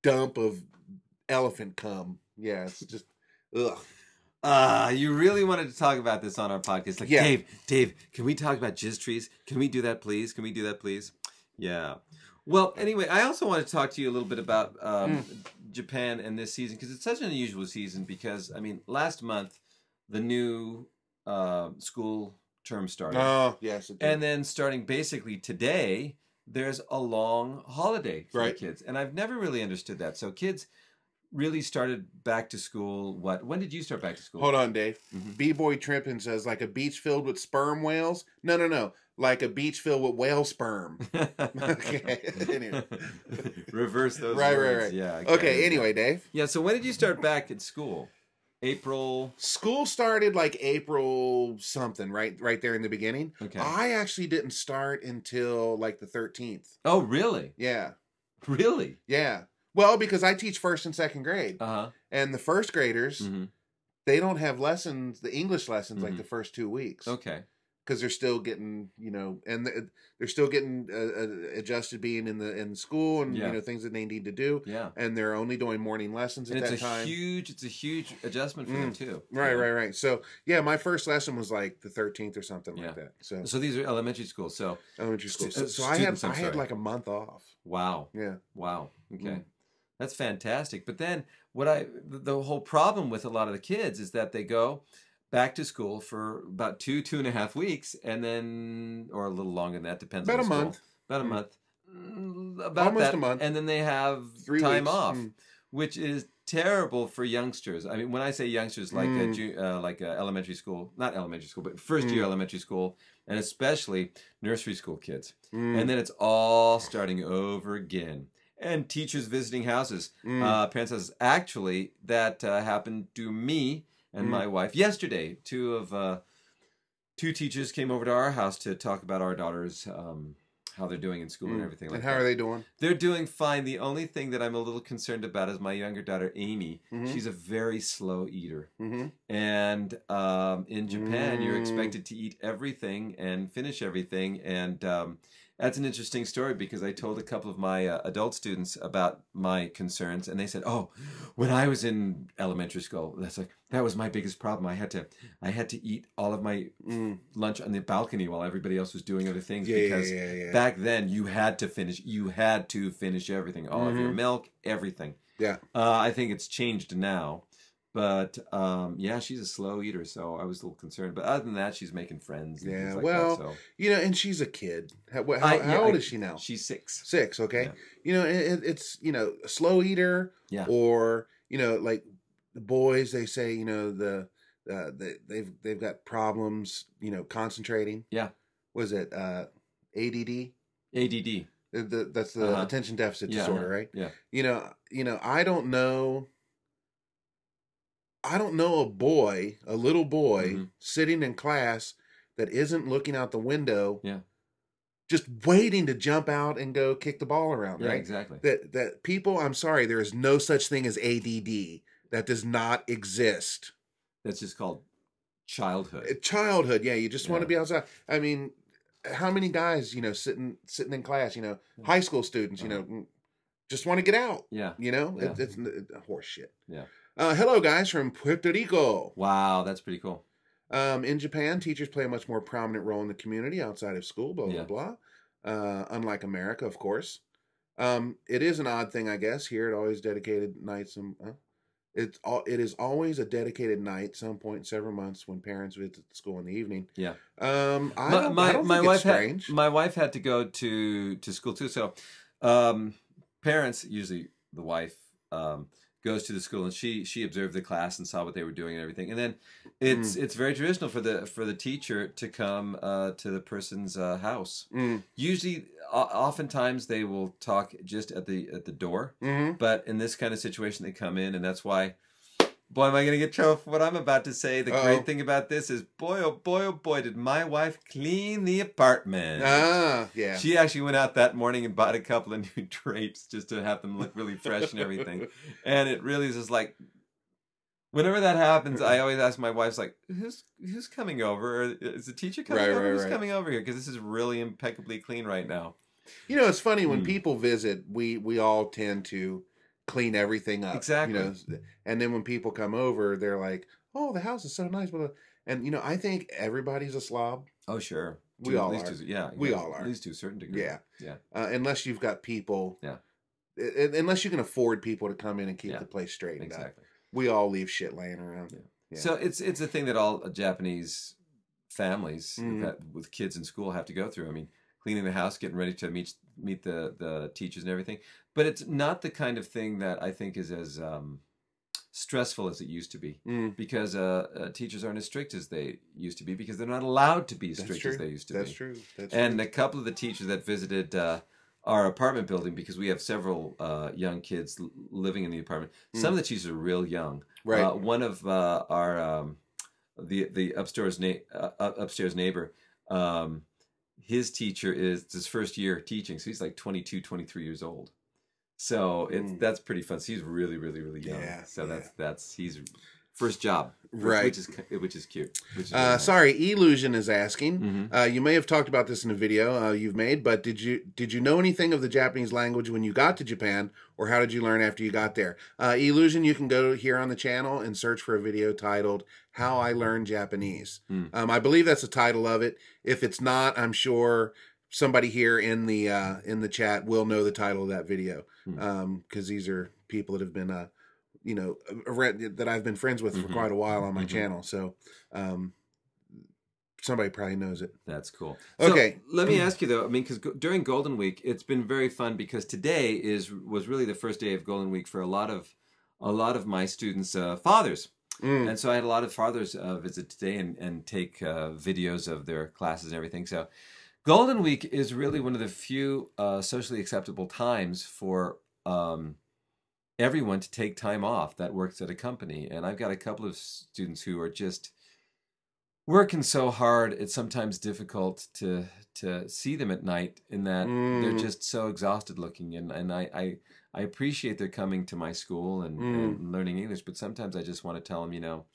[SPEAKER 1] dump of elephant cum. Yeah, it's just ugh.
[SPEAKER 3] Uh, you really wanted to talk about this on our podcast. Like,
[SPEAKER 1] Yeah.
[SPEAKER 3] Dave, Dave, can we talk about jizz trees? Can we do that, please? Can we do that, please? Yeah. Well, anyway, I also want to talk to you a little bit about um,
[SPEAKER 1] Hmm.
[SPEAKER 3] Japan and this season because it's such an unusual season. Because, I mean, last month, the new uh, school term started.
[SPEAKER 1] Oh, yes. It
[SPEAKER 3] And
[SPEAKER 1] did.
[SPEAKER 3] then starting basically today, there's a long holiday for the
[SPEAKER 1] Right.
[SPEAKER 3] kids. And I've never really understood that. So kids really started back to school what when did you start back to school?
[SPEAKER 1] Hold on, Dave.
[SPEAKER 3] Mhm.
[SPEAKER 1] B boy Trimpin says like a beach filled with sperm whales. No, no, no. like a beach filled with whale sperm. Okay, anyway.
[SPEAKER 3] Reverse those.
[SPEAKER 1] Right, right,
[SPEAKER 3] words.
[SPEAKER 1] right.
[SPEAKER 3] Yeah. I can't
[SPEAKER 1] Okay,
[SPEAKER 3] do
[SPEAKER 1] anyway, Dave.
[SPEAKER 3] that. Yeah. So when did you start back at school? April.
[SPEAKER 1] School started like April something, right right there in the beginning.
[SPEAKER 3] Okay.
[SPEAKER 1] I actually didn't start until like the 13th.
[SPEAKER 3] Oh, really?
[SPEAKER 1] Yeah.
[SPEAKER 3] Really?
[SPEAKER 1] Yeah. Well, because I teach first and second grade.
[SPEAKER 3] Uh huh.
[SPEAKER 1] and the first graders,
[SPEAKER 3] hmm
[SPEAKER 1] they don't have lessons, the English lessons like
[SPEAKER 3] Mhm.
[SPEAKER 1] the first 2 weeks.
[SPEAKER 3] Okay.
[SPEAKER 1] because they're still getting you know and th- they're still getting uh, uh, adjusted being in the in school and
[SPEAKER 3] Yeah.
[SPEAKER 1] you know things that they need to do
[SPEAKER 3] Yeah.
[SPEAKER 1] and they're only doing morning lessons at
[SPEAKER 3] And it's
[SPEAKER 1] that
[SPEAKER 3] a
[SPEAKER 1] time Mm.
[SPEAKER 3] huge. It's a huge adjustment for them too.
[SPEAKER 1] right
[SPEAKER 3] Yeah.
[SPEAKER 1] right right so yeah my first lesson was like the 13th or something
[SPEAKER 3] Yeah.
[SPEAKER 1] like that so
[SPEAKER 3] So these are elementary schools. So
[SPEAKER 1] elementary school
[SPEAKER 3] stu- uh,
[SPEAKER 1] so, Oh, so i had
[SPEAKER 3] students, I'm
[SPEAKER 1] i had
[SPEAKER 3] sorry.
[SPEAKER 1] like a month off
[SPEAKER 3] wow.
[SPEAKER 1] yeah
[SPEAKER 3] Wow. Okay.
[SPEAKER 1] Mm.
[SPEAKER 3] That's fantastic. But then what I the- the whole problem with a lot of the kids is that they go back to school for about two two and a half weeks and then or a little longer than that depends
[SPEAKER 1] about
[SPEAKER 3] on
[SPEAKER 1] a
[SPEAKER 3] the school.
[SPEAKER 1] month
[SPEAKER 3] about a
[SPEAKER 1] Mm.
[SPEAKER 3] month Mm, about
[SPEAKER 1] Almost
[SPEAKER 3] that.
[SPEAKER 1] a month.
[SPEAKER 3] and then they have
[SPEAKER 1] three
[SPEAKER 3] time
[SPEAKER 1] weeks.
[SPEAKER 3] off
[SPEAKER 1] Mm.
[SPEAKER 3] which is terrible for youngsters i mean when i say youngsters like a
[SPEAKER 1] Mm.
[SPEAKER 3] ju- uh, like a elementary school not elementary school but first year elementary school and especially nursery school kids
[SPEAKER 1] Mm.
[SPEAKER 3] and then it's all starting over again. And teachers visiting houses,
[SPEAKER 1] Mm.
[SPEAKER 3] uh, parents' houses. Actually, that uh, happened to me and
[SPEAKER 1] Mm.
[SPEAKER 3] my wife yesterday. Two of uh, two teachers came over to our house to talk about our daughters, um, how they're doing in school and
[SPEAKER 1] Mm.
[SPEAKER 3] everything. Like
[SPEAKER 1] and how
[SPEAKER 3] that.
[SPEAKER 1] are they doing
[SPEAKER 3] They're doing fine. The only thing that I'm a little concerned about is my younger daughter Amy.
[SPEAKER 1] Mhm.
[SPEAKER 3] She's a very slow eater.
[SPEAKER 1] hmm
[SPEAKER 3] And um, in Japan, you're
[SPEAKER 1] Mm.
[SPEAKER 3] expected to eat everything and finish everything. And um, that's an interesting story because I told a couple of my uh, adult students about my concerns, and they said, "Oh, when I was in elementary school, that's like that was my biggest problem. I had to, I had to eat all of my
[SPEAKER 1] mm.
[SPEAKER 3] lunch on the balcony while everybody else was doing other things
[SPEAKER 1] yeah, yeah
[SPEAKER 3] because
[SPEAKER 1] yeah yeah
[SPEAKER 3] back then you had to finish you had to finish everything all of your
[SPEAKER 1] Mhm.
[SPEAKER 3] milk everything
[SPEAKER 1] Yeah.
[SPEAKER 3] uh, i think it's changed now but um, yeah she's a slow eater so i was a little concerned but other than that she's making friends and
[SPEAKER 1] Yeah,
[SPEAKER 3] things like
[SPEAKER 1] well,
[SPEAKER 3] that,
[SPEAKER 1] you know and she's a kid how, how,
[SPEAKER 3] I-
[SPEAKER 1] how
[SPEAKER 3] yeah,
[SPEAKER 1] old
[SPEAKER 3] I-
[SPEAKER 1] is she now
[SPEAKER 3] so she's six
[SPEAKER 1] six okay
[SPEAKER 3] Yeah.
[SPEAKER 1] you know it, it- it's you know a slow eater
[SPEAKER 3] Yeah.
[SPEAKER 1] or you know like the boys they say you know the uh, they, they've they've got problems you know concentrating
[SPEAKER 3] Yeah.
[SPEAKER 1] was it uh add
[SPEAKER 3] add
[SPEAKER 1] The- the- that's the
[SPEAKER 3] Uh-huh.
[SPEAKER 1] attention deficit
[SPEAKER 3] Yeah,
[SPEAKER 1] disorder
[SPEAKER 3] uh-huh.
[SPEAKER 1] right
[SPEAKER 3] yeah
[SPEAKER 1] you know you know i don't know i don't know a boy a little boy
[SPEAKER 3] Mhm.
[SPEAKER 1] sitting in class that isn't looking out the window
[SPEAKER 3] Yeah.
[SPEAKER 1] just waiting to jump out and go kick the ball around
[SPEAKER 3] yeah
[SPEAKER 1] right
[SPEAKER 3] exactly
[SPEAKER 1] that that people i'm sorry there is no such thing as add that does not exist
[SPEAKER 3] that's just called childhood
[SPEAKER 1] childhood yeah you just want
[SPEAKER 3] Yeah.
[SPEAKER 1] to be outside i mean how many guys you know sitting sitting in class you know
[SPEAKER 3] Yeah.
[SPEAKER 1] high school students you
[SPEAKER 3] Uh-huh.
[SPEAKER 1] know mm, just want to get out
[SPEAKER 3] yeah
[SPEAKER 1] you know
[SPEAKER 3] Yeah.
[SPEAKER 1] it, it's n- it, horse shit
[SPEAKER 3] Yeah.
[SPEAKER 1] uh, hello guys from puerto rico
[SPEAKER 3] wow that's pretty cool
[SPEAKER 1] um, in japan teachers play a much more prominent role in the community outside of school blah blah
[SPEAKER 3] Yeah.
[SPEAKER 1] blah uh, unlike america of course um, it is an odd thing i guess here it always dedicated nights and uh, it's all it is always a dedicated night some point in several months when parents visit the school in the evening
[SPEAKER 3] Yeah.
[SPEAKER 1] um i
[SPEAKER 3] my,
[SPEAKER 1] don't,
[SPEAKER 3] my,
[SPEAKER 1] I don't
[SPEAKER 3] my
[SPEAKER 1] think
[SPEAKER 3] wife
[SPEAKER 1] it's strange
[SPEAKER 3] Had, my wife had to go to to school too. So um, parents usually the wife um, goes to the school and she she observed the class and saw what they were doing and everything. And then it's
[SPEAKER 1] Hmm.
[SPEAKER 3] it's very traditional for the for the teacher to come uh, to the person's uh, house.
[SPEAKER 1] Mm,
[SPEAKER 3] Usually, o- oftentimes they will talk just at the at the door.
[SPEAKER 1] mhm.
[SPEAKER 3] But in this kind of situation, they come in, and that's why. Boy, am I going to get in trouble for what I'm about to say. The
[SPEAKER 1] Uh-oh.
[SPEAKER 3] great thing about this is, boy, oh boy, oh boy, did my wife clean the apartment.
[SPEAKER 1] ah yeah
[SPEAKER 3] She actually went out that morning and bought a couple of new drapes just to have them look really fresh and everything. And it really is just like, whenever that happens, I always ask my wife's like, who's who's coming over? Or is the teacher coming
[SPEAKER 1] Right,
[SPEAKER 3] over?
[SPEAKER 1] right,
[SPEAKER 3] who's
[SPEAKER 1] right.
[SPEAKER 3] coming over here? Because this is really impeccably clean right now.
[SPEAKER 1] You know, it's funny when
[SPEAKER 3] Mm.
[SPEAKER 1] people visit, we we all tend to clean everything up.
[SPEAKER 3] Exactly.
[SPEAKER 1] You know, and then when people come over, they're like, "Oh, the house is so nice." blah, blah." And you know, I think everybody's a slob.
[SPEAKER 3] Oh, sure.
[SPEAKER 1] We
[SPEAKER 3] To- at
[SPEAKER 1] all
[SPEAKER 3] least
[SPEAKER 1] are.
[SPEAKER 3] To, yeah,
[SPEAKER 1] We
[SPEAKER 3] yeah,
[SPEAKER 1] all are.
[SPEAKER 3] At least to a certain degree.
[SPEAKER 1] Yeah.
[SPEAKER 3] Yeah.
[SPEAKER 1] Uh, unless you've got people.
[SPEAKER 3] Yeah.
[SPEAKER 1] u- u- Unless you can afford people to come in and keep
[SPEAKER 3] Yeah,
[SPEAKER 1] the place straightened up,
[SPEAKER 3] Exactly.
[SPEAKER 1] we all leave shit laying around.
[SPEAKER 3] Yeah.
[SPEAKER 1] Yeah.
[SPEAKER 3] So it's it's a thing that all Japanese families
[SPEAKER 1] Mhm.
[SPEAKER 3] that with kids in school have to go through. I mean, cleaning the house, getting ready to meet meet the the teachers and everything. But it's not the kind of thing that I think is as um, stressful as it used to be
[SPEAKER 1] Mm.
[SPEAKER 3] because uh, uh, teachers aren't as strict as they used to be because they're not allowed to be as strict as they used to
[SPEAKER 1] That's
[SPEAKER 3] be.
[SPEAKER 1] true. That's
[SPEAKER 3] and uh,
[SPEAKER 1] true.
[SPEAKER 3] a couple of the teachers that visited uh, our apartment building because we have several uh, young kids l- living in the apartment.
[SPEAKER 1] Mm.
[SPEAKER 3] Some of the teachers are real young.
[SPEAKER 1] Right.
[SPEAKER 3] Uh, one of uh, our um, the the upstairs na- uh, uh, upstairs neighbor. Um, his teacher is it's his first year teaching, so he's like 22, 23 years old. So it's
[SPEAKER 1] Mm.
[SPEAKER 3] that's pretty fun. So he's really, really, really young.
[SPEAKER 1] Yeah,
[SPEAKER 3] so
[SPEAKER 1] yeah.
[SPEAKER 3] that's that's he's first job, which-
[SPEAKER 1] Right.
[SPEAKER 3] Which is ki- which is cute. Which is really
[SPEAKER 1] uh,
[SPEAKER 3] nice.
[SPEAKER 1] sorry, Illusion is asking.
[SPEAKER 3] Mhm.
[SPEAKER 1] Uh, you may have talked about this in a video uh, you've made, but did you did you know anything of the Japanese language when you got to Japan, or how did you learn after you got there? Uh, Illusion, you can go here on the channel and search for a video titled "How I Learned Japanese."
[SPEAKER 3] Hmm.
[SPEAKER 1] Um, I believe that's the title of it. If it's not, I'm sure somebody here in the uh, in the chat will know the title of that video
[SPEAKER 3] Hmm.
[SPEAKER 1] because these are people that have been. Uh, you know, around- that I've been friends with for
[SPEAKER 3] Mhm.
[SPEAKER 1] quite a while on my
[SPEAKER 3] Mhm.
[SPEAKER 1] channel. So, um, somebody probably knows it.
[SPEAKER 3] That's cool.
[SPEAKER 1] Okay.
[SPEAKER 3] So, let me ask you though. I mean, because during Golden Week, it's been very fun because today is was really the first day of Golden Week for a lot of a lot of my students' uh, fathers,
[SPEAKER 1] Mm.
[SPEAKER 3] and so I had a lot of fathers uh, visit today and and take uh, videos of their classes and everything. So. Golden Week is really one of the few uh, socially acceptable times for um, everyone to take time off that works at a company. And I've got a couple of students who are just working so hard. It's sometimes difficult to to see them at night in that they're
[SPEAKER 1] Mm.
[SPEAKER 3] just so exhausted looking. And and I I, I appreciate their coming to my school and,
[SPEAKER 1] Mm.
[SPEAKER 3] and learning English, but sometimes I just want to tell them, you know,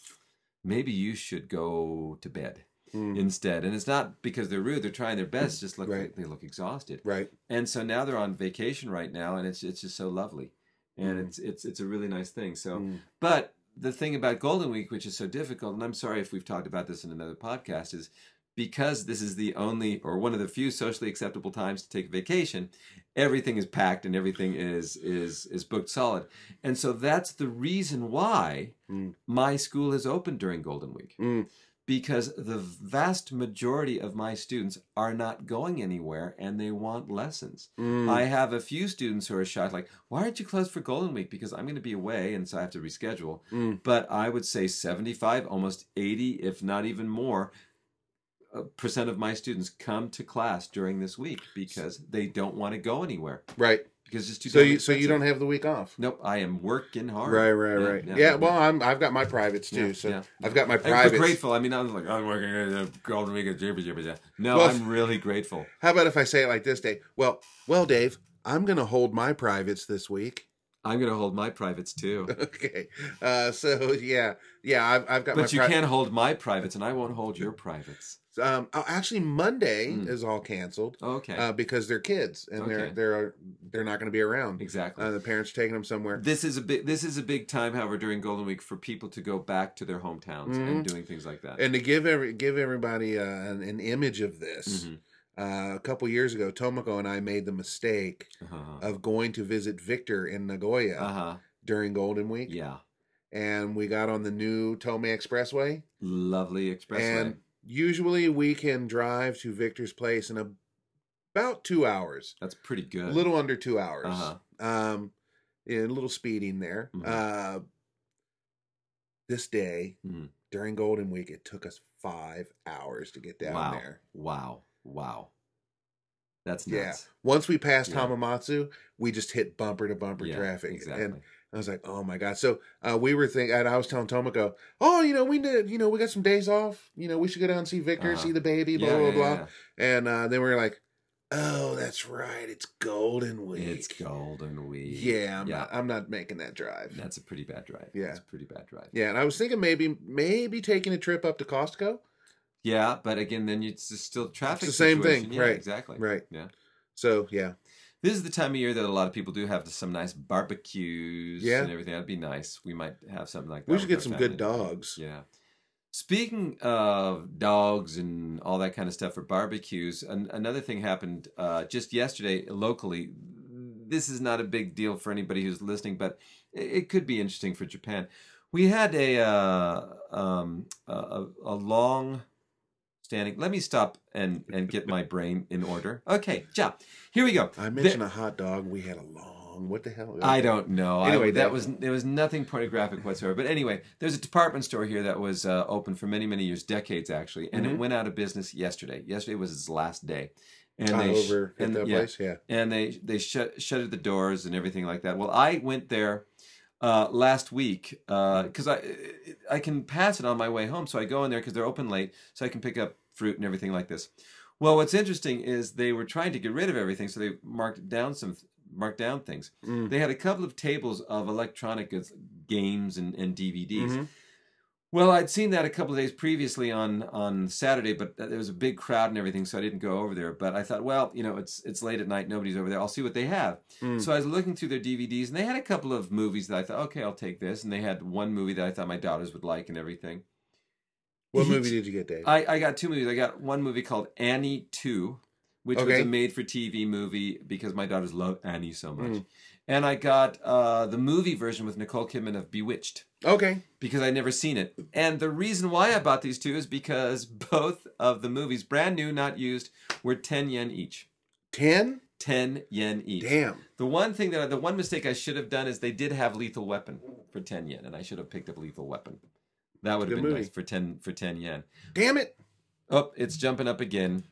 [SPEAKER 3] maybe you should go to bed
[SPEAKER 1] Mm.
[SPEAKER 3] instead. And it's not because they're rude; they're trying their best. Just look,
[SPEAKER 1] Right.
[SPEAKER 3] they look exhausted.
[SPEAKER 1] Right.
[SPEAKER 3] And so now they're on vacation right now, and it's it's just so lovely, and
[SPEAKER 1] Mm.
[SPEAKER 3] it's it's it's a really nice thing. So,
[SPEAKER 1] Mm.
[SPEAKER 3] but the thing about Golden Week, which is so difficult, and I'm sorry if we've talked about this in another podcast, is because this is the only or one of the few socially acceptable times to take vacation everything is packed and everything is is is booked solid and so that's the reason why
[SPEAKER 1] Mm.
[SPEAKER 3] my school is open during golden week
[SPEAKER 1] Mm.
[SPEAKER 3] because the vast majority of my students are not going anywhere and they want lessons.
[SPEAKER 1] Mm.
[SPEAKER 3] I have a few students who are shocked, like, why aren't you closed for Golden Week? Because I'm going to be away and so I have to reschedule.
[SPEAKER 1] Mm.
[SPEAKER 3] But I would say 75, almost 80, if not even more, uh, percent of my students come to class during this week because they don't want to go anywhere
[SPEAKER 1] Right.
[SPEAKER 3] because it's too
[SPEAKER 1] So
[SPEAKER 3] damn
[SPEAKER 1] you so you
[SPEAKER 3] expensive.
[SPEAKER 1] don't have the week off.
[SPEAKER 3] Nope, I am working hard.
[SPEAKER 1] Right. Right.
[SPEAKER 3] Yeah,
[SPEAKER 1] Right. Yeah.
[SPEAKER 3] yeah,
[SPEAKER 1] well, I'm I've got my privates too.
[SPEAKER 3] Yeah,
[SPEAKER 1] so
[SPEAKER 3] yeah.
[SPEAKER 1] I've got my
[SPEAKER 3] I'm
[SPEAKER 1] privates.
[SPEAKER 3] grateful. I mean, I was like, I'm working at the Golden Week at Jibber Jibber Jabber. No,
[SPEAKER 1] Well,
[SPEAKER 3] I'm really grateful.
[SPEAKER 1] How about if I say it like this, Dave? Well, well, Dave, I'm gonna hold my privates this week.
[SPEAKER 3] I'm going to hold my privates too.
[SPEAKER 1] Okay. Uh. So yeah, yeah. I've I've got my.
[SPEAKER 3] But you
[SPEAKER 1] pri-
[SPEAKER 3] can't hold my privates, and I won't hold your privates.
[SPEAKER 1] Um. oh, actually, Monday
[SPEAKER 3] Mm.
[SPEAKER 1] is all canceled.
[SPEAKER 3] Okay.
[SPEAKER 1] Uh, because they're kids and they're
[SPEAKER 3] Okay.
[SPEAKER 1] they're they're not going to be around.
[SPEAKER 3] exactly.
[SPEAKER 1] Uh, the parents are taking them somewhere.
[SPEAKER 3] this is a big. This is a big time, however, during Golden Week for people to go back to their hometowns and doing things like that.
[SPEAKER 1] Mm-hmm. And to give every give everybody uh, an, an image of this,
[SPEAKER 3] Mhm.
[SPEAKER 1] uh, a couple years ago, Tomoko and I made the mistake
[SPEAKER 3] Uh-huh.
[SPEAKER 1] of going to visit Victor in Nagoya
[SPEAKER 3] Uh-huh.
[SPEAKER 1] during Golden Week,
[SPEAKER 3] Yeah.
[SPEAKER 1] and we got on the new Tomei Expressway.
[SPEAKER 3] Lovely expressway.
[SPEAKER 1] And usually, we can drive to Victor's place in a, about two hours,
[SPEAKER 3] That's pretty
[SPEAKER 1] a
[SPEAKER 3] good.
[SPEAKER 1] little under two hours.
[SPEAKER 3] Uh, Uh-huh.
[SPEAKER 1] Um, yeah, a little speeding there.
[SPEAKER 3] Mhm.
[SPEAKER 1] Uh, this day
[SPEAKER 3] Mhm.
[SPEAKER 1] during Golden Week, it took us five hours to get down
[SPEAKER 3] wow.
[SPEAKER 1] there.
[SPEAKER 3] Wow. Wow. That's
[SPEAKER 1] Yeah.
[SPEAKER 3] nuts.
[SPEAKER 1] Once we passed
[SPEAKER 3] Yeah.
[SPEAKER 1] Hamamatsu, we just hit bumper to bumper
[SPEAKER 3] Yeah,
[SPEAKER 1] traffic,
[SPEAKER 3] Exactly.
[SPEAKER 1] and I was like, "Oh my god!" So uh, we were thinking, and I was telling Tomoko, "Oh, you know, we did, you know, we got some days off. You know, we should go down and see Victor,
[SPEAKER 3] Uh-huh.
[SPEAKER 1] see the baby, blah
[SPEAKER 3] Yeah,
[SPEAKER 1] blah
[SPEAKER 3] yeah,
[SPEAKER 1] blah."
[SPEAKER 3] yeah,
[SPEAKER 1] And uh, then we were like, "Oh, that's right, it's Golden Week.
[SPEAKER 3] yeah. It's Golden Week.
[SPEAKER 1] Yeah, I'm,
[SPEAKER 3] Yeah.
[SPEAKER 1] Not, I'm not making that drive.
[SPEAKER 3] That's a pretty bad drive.
[SPEAKER 1] Yeah.
[SPEAKER 3] That's a pretty bad drive.
[SPEAKER 1] Yeah, and I was thinking maybe maybe taking a trip up to Costco.
[SPEAKER 3] Yeah, but again, then it's just still traffic.
[SPEAKER 1] the same
[SPEAKER 3] situation.
[SPEAKER 1] thing,
[SPEAKER 3] yeah,
[SPEAKER 1] right,
[SPEAKER 3] Exactly.
[SPEAKER 1] right.
[SPEAKER 3] Yeah.
[SPEAKER 1] So yeah,
[SPEAKER 3] This is the time of year that a lot of people do have some nice barbecues
[SPEAKER 1] Yeah.
[SPEAKER 3] and everything. That'd be nice. We might have something like that.
[SPEAKER 1] we should get
[SPEAKER 3] with
[SPEAKER 1] some
[SPEAKER 3] our
[SPEAKER 1] good
[SPEAKER 3] family.
[SPEAKER 1] dogs.
[SPEAKER 3] Yeah. Speaking of dogs and all that kind of stuff for barbecues, an- another thing happened uh, just yesterday locally. This is not a big deal for anybody who's listening, but it, it could be interesting for Japan. We had a uh, um, a- a, a long standing. Let me stop and and get my brain in order. Okay, yeah, here we go.
[SPEAKER 1] I
[SPEAKER 3] The-
[SPEAKER 1] mentioned a hot dog. We had a long wrong? What the hell?
[SPEAKER 3] I don't know.
[SPEAKER 1] Anyway,
[SPEAKER 3] I, that
[SPEAKER 1] that-
[SPEAKER 3] was there was nothing pornographic whatsoever. But anyway, there's a department store here that was uh, open for many many years, decades actually, and
[SPEAKER 1] Mhm.
[SPEAKER 3] it went out of business yesterday. Yesterday was its last day, and
[SPEAKER 1] Ah,
[SPEAKER 3] they sh-
[SPEAKER 1] over at
[SPEAKER 3] and-
[SPEAKER 1] that
[SPEAKER 3] yeah,
[SPEAKER 1] place. Yeah.
[SPEAKER 3] and they they shut shuttered the doors and everything like that. Well, I went there uh, last week because I I can pass it on my way home, so I go in there because they're open late, so I can pick up fruit and everything like this. Well, what's interesting is they were trying to get rid of everything, so they marked down some marked down things.
[SPEAKER 1] Mm.
[SPEAKER 3] They had a couple of tables of electronic goods, games and, and DVDs.
[SPEAKER 1] Mhm.
[SPEAKER 3] Well, I'd seen that a couple of days previously on on Saturday, but there was a big crowd and everything, so I didn't go over there. But I thought, well, you know, it's it's late at night, nobody's over there. I'll see what they have.
[SPEAKER 1] Mm.
[SPEAKER 3] So I was looking through their DVDs, and they had a couple of movies that I thought, okay, I'll take this. And they had one movie that I thought my daughters would like and everything.
[SPEAKER 1] What
[SPEAKER 3] He-
[SPEAKER 1] movie did you get, Dave?
[SPEAKER 3] I, I got two movies. I got one movie called Annie Two, which was
[SPEAKER 1] Okay.
[SPEAKER 3] a made-for-TV movie because my daughters love Annie so much.
[SPEAKER 1] Mm.
[SPEAKER 3] And I got uh, the movie version with Nicole Kidman of Bewitched
[SPEAKER 1] okay.
[SPEAKER 3] because I'd never seen it. And the reason why I bought these two is because both of the movies, brand new, not used, were 10 yen each.
[SPEAKER 1] Ten.
[SPEAKER 3] 10 yen each.
[SPEAKER 1] Damn.
[SPEAKER 3] The one thing that the one mistake I should have done is they did have Lethal Weapon for 10 yen and I should have picked up Lethal Weapon. That would have
[SPEAKER 1] Good
[SPEAKER 3] been
[SPEAKER 1] movie.
[SPEAKER 3] nice for 10 for 10 yen.
[SPEAKER 1] Damn it.
[SPEAKER 3] Oh, it's jumping up again.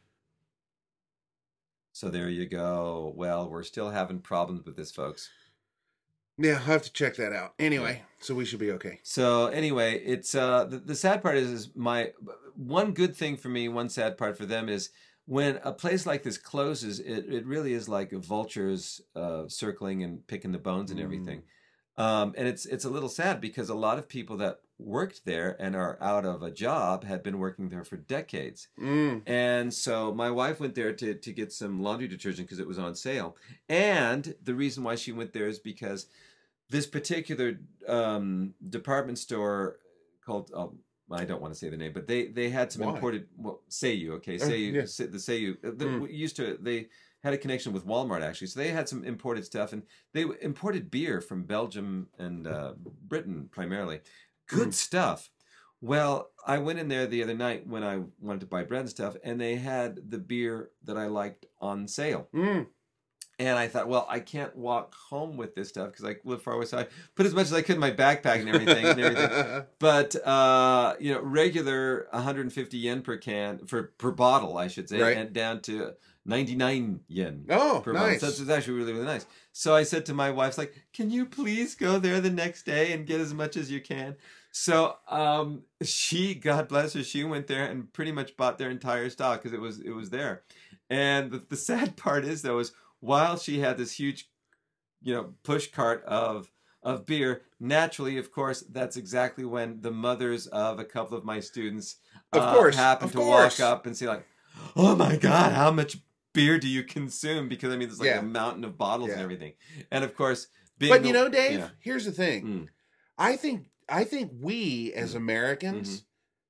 [SPEAKER 3] So there you go. Well, we're still having problems with this folks.
[SPEAKER 1] Yeah, I'll have to check that out. Anyway, so we should be okay.
[SPEAKER 3] So anyway, it's uh the, the sad part is is my one good thing for me, one sad part for them is when a place like this closes, it, it really is like vultures uh, circling and picking the bones and
[SPEAKER 1] Mm.
[SPEAKER 3] everything. Um, and it's it's a little sad because a lot of people that worked there and are out of a job had been working there for decades.
[SPEAKER 1] Mm.
[SPEAKER 3] And so my wife went there to, to get some laundry detergent because it was on sale. And the reason why she went there is because this particular um, department store called, oh, I don't want to say the name, but they, they had some
[SPEAKER 1] Why?
[SPEAKER 3] imported, well, Seiyu, okay,
[SPEAKER 1] Oh,
[SPEAKER 3] Seiyu,
[SPEAKER 1] yeah.
[SPEAKER 3] Se- the Seiyu, uh, the,
[SPEAKER 1] Mm.
[SPEAKER 3] used to, they had a connection with Walmart actually. So they had some imported stuff and they imported beer from Belgium and uh, Britain primarily. Good stuff. Well, I went in there the other night when I wanted to buy bread and stuff, and they had the beer that I liked on sale.
[SPEAKER 1] Mm.
[SPEAKER 3] And I thought, well, I can't walk home with this stuff because I live far away. So I put as much as I could in my backpack and everything and everything. But uh, you know, regular 150 yen per can for per bottle, I should say,
[SPEAKER 1] Right.
[SPEAKER 3] and down to 99 yen
[SPEAKER 1] oh,
[SPEAKER 3] per month.
[SPEAKER 1] nice.
[SPEAKER 3] So it was actually really, really nice. So I said to my wife, like, can you please go there the next day and get as much as you can? So um, she, God bless her, she went there and pretty much bought their entire stock because it was it was there. And the, the sad part is though is while she had this huge, you know, push cart of of beer, naturally, of course, that's exactly when the mothers of a couple of my students, uh,
[SPEAKER 1] Of course,
[SPEAKER 3] happened
[SPEAKER 1] of
[SPEAKER 3] to
[SPEAKER 1] course.
[SPEAKER 3] walk up and say like, "Oh my God, how much beer do you consume? Because I mean, there's like
[SPEAKER 1] Yeah.
[SPEAKER 3] a mountain of bottles and
[SPEAKER 1] Yeah.
[SPEAKER 3] everything. And of course, being
[SPEAKER 1] but
[SPEAKER 3] the-
[SPEAKER 1] you know, Dave,
[SPEAKER 3] yeah.
[SPEAKER 1] here's the thing.
[SPEAKER 3] Mm. Mm-hmm.
[SPEAKER 1] I think I think we as Americans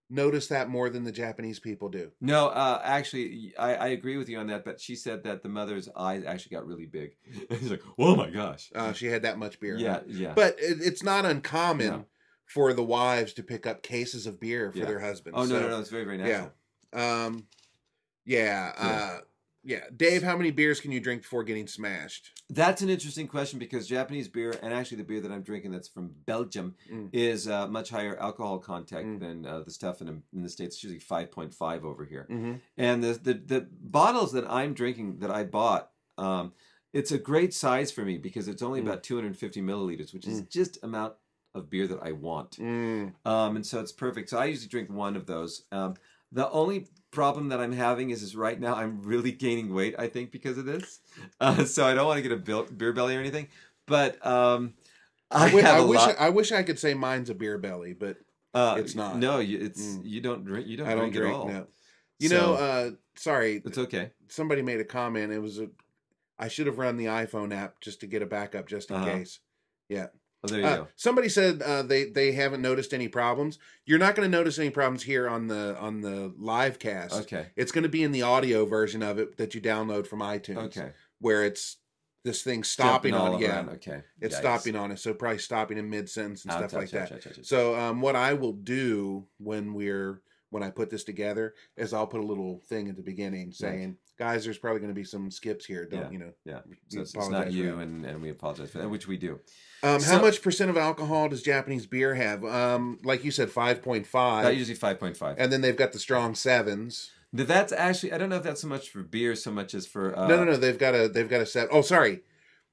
[SPEAKER 1] notice that more than the Japanese people do.
[SPEAKER 3] no, uh, actually, I, I agree with you on that. But she said that the mother's eyes actually got really big. She's like, "Oh my gosh,
[SPEAKER 1] Uh, she had that much beer.
[SPEAKER 3] yeah,
[SPEAKER 1] huh?
[SPEAKER 3] yeah."
[SPEAKER 1] But it, it's not uncommon
[SPEAKER 3] No.
[SPEAKER 1] for the wives to pick up cases of beer for
[SPEAKER 3] Yeah.
[SPEAKER 1] their husbands.
[SPEAKER 3] oh no,
[SPEAKER 1] So,
[SPEAKER 3] no, no, it's very, very natural.
[SPEAKER 1] Um, yeah, Uh, yeah. Dave, how many beers can you drink before getting smashed?
[SPEAKER 3] That's an interesting question because Japanese beer, and actually the beer that I'm drinking that's from Belgium,
[SPEAKER 1] Mm.
[SPEAKER 3] is uh, much higher alcohol content
[SPEAKER 1] Mm.
[SPEAKER 3] than uh, the stuff in, in the States. It's usually 5.5 over here.
[SPEAKER 1] Mm-hmm.
[SPEAKER 3] And the, the, the bottles that I'm drinking that I bought, um, it's a great size for me because it's only
[SPEAKER 1] Mm.
[SPEAKER 3] about 250 milliliters, which is just amount of beer that I want.
[SPEAKER 1] Mm.
[SPEAKER 3] Um, and so it's perfect. So I usually drink one of those. Um, the only problem that I'm having is, is right now I'm really gaining weight, I think, because of this. Uh, so I don't want to get a bil- beer belly or anything. But um, I,
[SPEAKER 1] I, wi-
[SPEAKER 3] have
[SPEAKER 1] I
[SPEAKER 3] a
[SPEAKER 1] wish I,
[SPEAKER 3] lot.
[SPEAKER 1] wish I could say mine's a beer belly, but
[SPEAKER 3] uh,
[SPEAKER 1] it's not.
[SPEAKER 3] No, you, it's
[SPEAKER 1] Mm.
[SPEAKER 3] you don't drink. You don't,
[SPEAKER 1] I don't
[SPEAKER 3] drink,
[SPEAKER 1] drink.
[SPEAKER 3] at all.
[SPEAKER 1] No. You
[SPEAKER 3] So
[SPEAKER 1] know, uh, sorry,
[SPEAKER 3] it's okay.
[SPEAKER 1] somebody made a comment. It was a, I should have run the iPhone app just to get a backup, just in
[SPEAKER 3] Uh-huh.
[SPEAKER 1] case.
[SPEAKER 3] Oh, there you
[SPEAKER 1] Uh,
[SPEAKER 3] go.
[SPEAKER 1] somebody said uh, they they haven't noticed any problems. You're not going to notice any problems here on the on the live cast.
[SPEAKER 3] Okay.
[SPEAKER 1] It's going to be in the audio version of it that you download from iTunes,
[SPEAKER 3] Okay.
[SPEAKER 1] where it's this thing stopping
[SPEAKER 3] Jumping all
[SPEAKER 1] on. Yeah,
[SPEAKER 3] around. Okay.
[SPEAKER 1] it's
[SPEAKER 3] Yikes.
[SPEAKER 1] stopping on us, so probably stopping in mid sentence and
[SPEAKER 3] Ouch,
[SPEAKER 1] stuff
[SPEAKER 3] ouch,
[SPEAKER 1] like
[SPEAKER 3] ouch,
[SPEAKER 1] that.
[SPEAKER 3] ouch, ouch, ouch.
[SPEAKER 1] So um, what I will do when we're when I put this together is I'll put a little thing at the beginning saying guys, there's probably going to be some skips here. Don't
[SPEAKER 3] Yeah.
[SPEAKER 1] you know?
[SPEAKER 3] Yeah.
[SPEAKER 1] We
[SPEAKER 3] So it's, it's
[SPEAKER 1] apologize
[SPEAKER 3] not
[SPEAKER 1] for
[SPEAKER 3] you,
[SPEAKER 1] that.
[SPEAKER 3] and, and we apologize for that, which we do.
[SPEAKER 1] Um, how
[SPEAKER 3] So-
[SPEAKER 1] much percent of alcohol does Japanese beer have? Um, like you said, five point
[SPEAKER 3] That
[SPEAKER 1] five,
[SPEAKER 3] usually 5.5.
[SPEAKER 1] Uh, and then they've got the strong sevens.
[SPEAKER 3] Th- That's actually, I don't know if that's so much for beer, so much as for. Uh,
[SPEAKER 1] no, no, no. They've got a they've got a seven. Oh, sorry,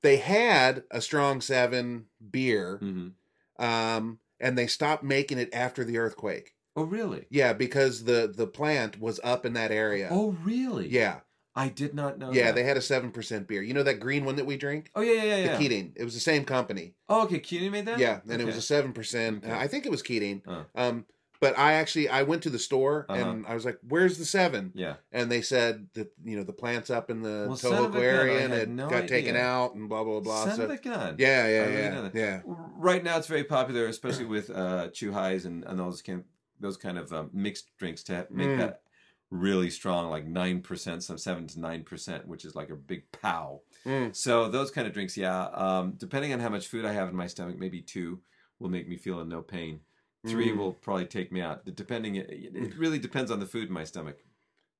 [SPEAKER 1] they had a strong seven beer,
[SPEAKER 3] mhm.
[SPEAKER 1] um, and they stopped making it after the earthquake.
[SPEAKER 3] Oh, really?
[SPEAKER 1] Yeah, because the the plant was up in that area.
[SPEAKER 3] Oh, really?
[SPEAKER 1] yeah,
[SPEAKER 3] I did not know
[SPEAKER 1] yeah.
[SPEAKER 3] that.
[SPEAKER 1] They had a seven percent beer. You know that green one that we drink,
[SPEAKER 3] Oh, yeah, yeah, yeah. yeah.
[SPEAKER 1] the Keating. It was the same company.
[SPEAKER 3] Oh, okay. Keating made that?
[SPEAKER 1] Yeah, and it was a
[SPEAKER 3] Okay.
[SPEAKER 1] seven percent.
[SPEAKER 3] Okay.
[SPEAKER 1] I think it was Keating.
[SPEAKER 3] Uh.
[SPEAKER 1] Um, but I actually I went to the store
[SPEAKER 3] Uh-huh.
[SPEAKER 1] and I was like, "Where's the seven?
[SPEAKER 3] Yeah.
[SPEAKER 1] And they said that you know the plant's up in the
[SPEAKER 3] Well, son of a
[SPEAKER 1] Tohoku
[SPEAKER 3] gun, I
[SPEAKER 1] area and
[SPEAKER 3] had
[SPEAKER 1] it
[SPEAKER 3] no
[SPEAKER 1] got taken
[SPEAKER 3] idea.
[SPEAKER 1] out and blah blah blah.
[SPEAKER 3] Son
[SPEAKER 1] so
[SPEAKER 3] of a gun.
[SPEAKER 1] yeah, yeah,
[SPEAKER 3] I really
[SPEAKER 1] yeah,
[SPEAKER 3] know that.
[SPEAKER 1] yeah.
[SPEAKER 3] Right now, it's very popular, especially with uh, chew highs and, and those kind those kind of um, mixed drinks to make
[SPEAKER 1] Mm.
[SPEAKER 3] that really strong, like nine percent, some seven to nine percent, which is like a big pow.
[SPEAKER 1] Mm.
[SPEAKER 3] So those kind of drinks, yeah. Um, depending on how much food I have in my stomach, maybe two will make me feel in no pain. Three
[SPEAKER 1] Mm.
[SPEAKER 3] will probably take me out. It- Depending, it, it really depends on the food in my stomach.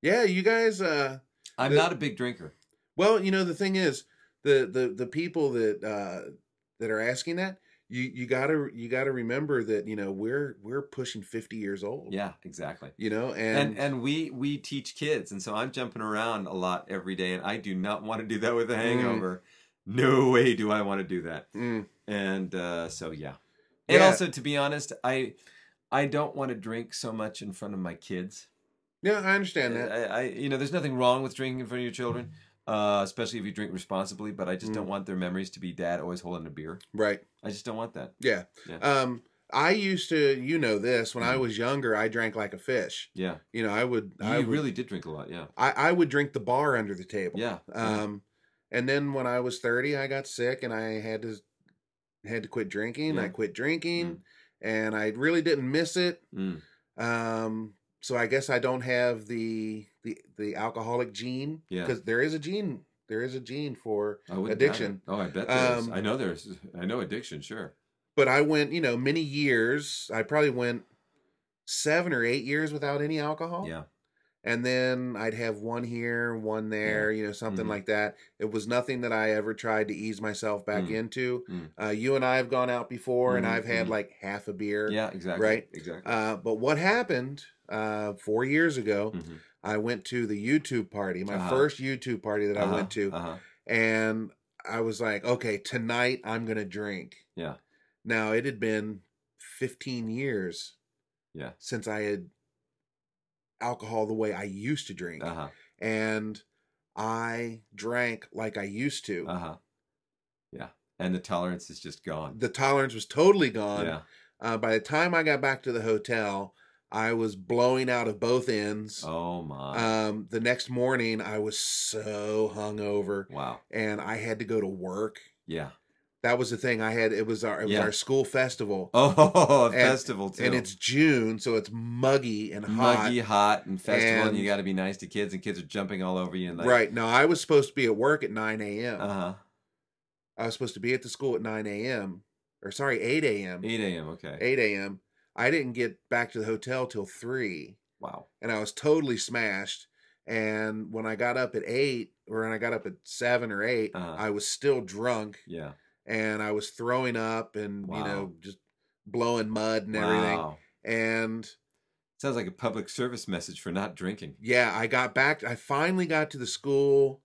[SPEAKER 1] Yeah, you guys. Uh,
[SPEAKER 3] I'm
[SPEAKER 1] The-
[SPEAKER 3] not a big drinker.
[SPEAKER 1] well, you know the thing is, the the the people that uh, that are asking that, you you gotta you gotta remember that you know we're we're pushing fifty years old.
[SPEAKER 3] Yeah, exactly.
[SPEAKER 1] you know,
[SPEAKER 3] and
[SPEAKER 1] and,
[SPEAKER 3] and we we teach kids and so i'm jumping around a lot every day and i do not want to do that with a hangover no way do i want to do that
[SPEAKER 1] Mm,
[SPEAKER 3] and uh, so yeah and
[SPEAKER 1] Yeah.
[SPEAKER 3] also to be honest i i don't want to drink so much in front of my kids
[SPEAKER 1] yeah, I understand that.
[SPEAKER 3] I, I you know there's nothing wrong with drinking in front of your children uh, especially if you drink responsibly but i just
[SPEAKER 1] Mm.
[SPEAKER 3] don't want their memories to be dad always holding a beer
[SPEAKER 1] Right.
[SPEAKER 3] i just don't want that
[SPEAKER 1] Yeah.
[SPEAKER 3] Yeah. Mm.
[SPEAKER 1] Um, I used to, you know, this when I was younger, I drank like a fish.
[SPEAKER 3] yeah
[SPEAKER 1] You know, I would,
[SPEAKER 3] you
[SPEAKER 1] I would,
[SPEAKER 3] really did drink a lot yeah
[SPEAKER 1] I, I would drink the bar under the table.
[SPEAKER 3] yeah
[SPEAKER 1] Um, and then when I was thirty, I got sick and I had to, had to quit drinking. I
[SPEAKER 3] Yeah.
[SPEAKER 1] quit drinking, and I really didn't miss it.
[SPEAKER 3] Mm.
[SPEAKER 1] Um, so I guess I don't have the the the alcoholic gene
[SPEAKER 3] Yeah.
[SPEAKER 1] because there is a gene. There is a gene for
[SPEAKER 3] I wouldn't doubt
[SPEAKER 1] Addiction.
[SPEAKER 3] it. Oh, I bet there's.
[SPEAKER 1] Um,
[SPEAKER 3] I know there's. I know addiction. Sure.
[SPEAKER 1] but I went, you know, many years. I probably went seven or eight years without any alcohol.
[SPEAKER 3] Yeah.
[SPEAKER 1] And then I'd have one here, one there, you know, something
[SPEAKER 3] Mhm.
[SPEAKER 1] like that. It was nothing that I ever tried to ease myself back
[SPEAKER 3] Mm.
[SPEAKER 1] into.
[SPEAKER 3] Mm.
[SPEAKER 1] Uh, you and I have gone out before and
[SPEAKER 3] Mhm,
[SPEAKER 1] I've had
[SPEAKER 3] mhm.
[SPEAKER 1] like half a beer.
[SPEAKER 3] Yeah. Exactly.
[SPEAKER 1] right?
[SPEAKER 3] Exactly.
[SPEAKER 1] Uh, but what happened uh, four years ago,
[SPEAKER 3] Mhm.
[SPEAKER 1] I went to the YouTube party, my
[SPEAKER 3] Uh-huh.
[SPEAKER 1] first YouTube party that I
[SPEAKER 3] Uh-huh,
[SPEAKER 1] went to.
[SPEAKER 3] Uh-huh.
[SPEAKER 1] And I was like, okay, tonight I'm going to drink.
[SPEAKER 3] Yeah.
[SPEAKER 1] Now it had been 15 years
[SPEAKER 3] Yeah.
[SPEAKER 1] since I had alcohol the way I used to drink,
[SPEAKER 3] Uh huh.
[SPEAKER 1] and I drank like I used to.
[SPEAKER 3] Uh huh. Yeah. And the tolerance is just gone.
[SPEAKER 1] The tolerance was totally gone.
[SPEAKER 3] yeah.
[SPEAKER 1] Uh, by the time I got back to the hotel, I was blowing out of both ends.
[SPEAKER 3] Oh my.
[SPEAKER 1] Um, the next morning, I was so hungover,
[SPEAKER 3] wow.
[SPEAKER 1] and I had to go to work.
[SPEAKER 3] Yeah.
[SPEAKER 1] That was the thing I had. It was our it was
[SPEAKER 3] Yeah.
[SPEAKER 1] our school festival,
[SPEAKER 3] Oh, a
[SPEAKER 1] And-
[SPEAKER 3] festival too.
[SPEAKER 1] and it's June, so it's muggy and hot.
[SPEAKER 3] muggy, hot, and festival, and, you
[SPEAKER 1] And-
[SPEAKER 3] got to be nice to kids, and kids are jumping all over you. And like,
[SPEAKER 1] right. No, I was supposed to be at work at 9 a.m.
[SPEAKER 3] Uh huh.
[SPEAKER 1] I was supposed to be at the school at 9 a.m. or sorry, 8 a.m.
[SPEAKER 3] Eight a.m. Okay.
[SPEAKER 1] 8 a.m. I didn't get back to the hotel till 3
[SPEAKER 3] Wow.
[SPEAKER 1] and I was totally smashed. And when I got up at 8 or when I got up at 7 or 8,
[SPEAKER 3] Uh-huh.
[SPEAKER 1] I was still drunk
[SPEAKER 3] Yeah.
[SPEAKER 1] and I was throwing up and, you know,
[SPEAKER 3] Wow.
[SPEAKER 1] just blowing mud and everything.
[SPEAKER 3] Wow.
[SPEAKER 1] And
[SPEAKER 3] Sounds like a public service message for not drinking.
[SPEAKER 1] yeah, I got back. I finally got to the school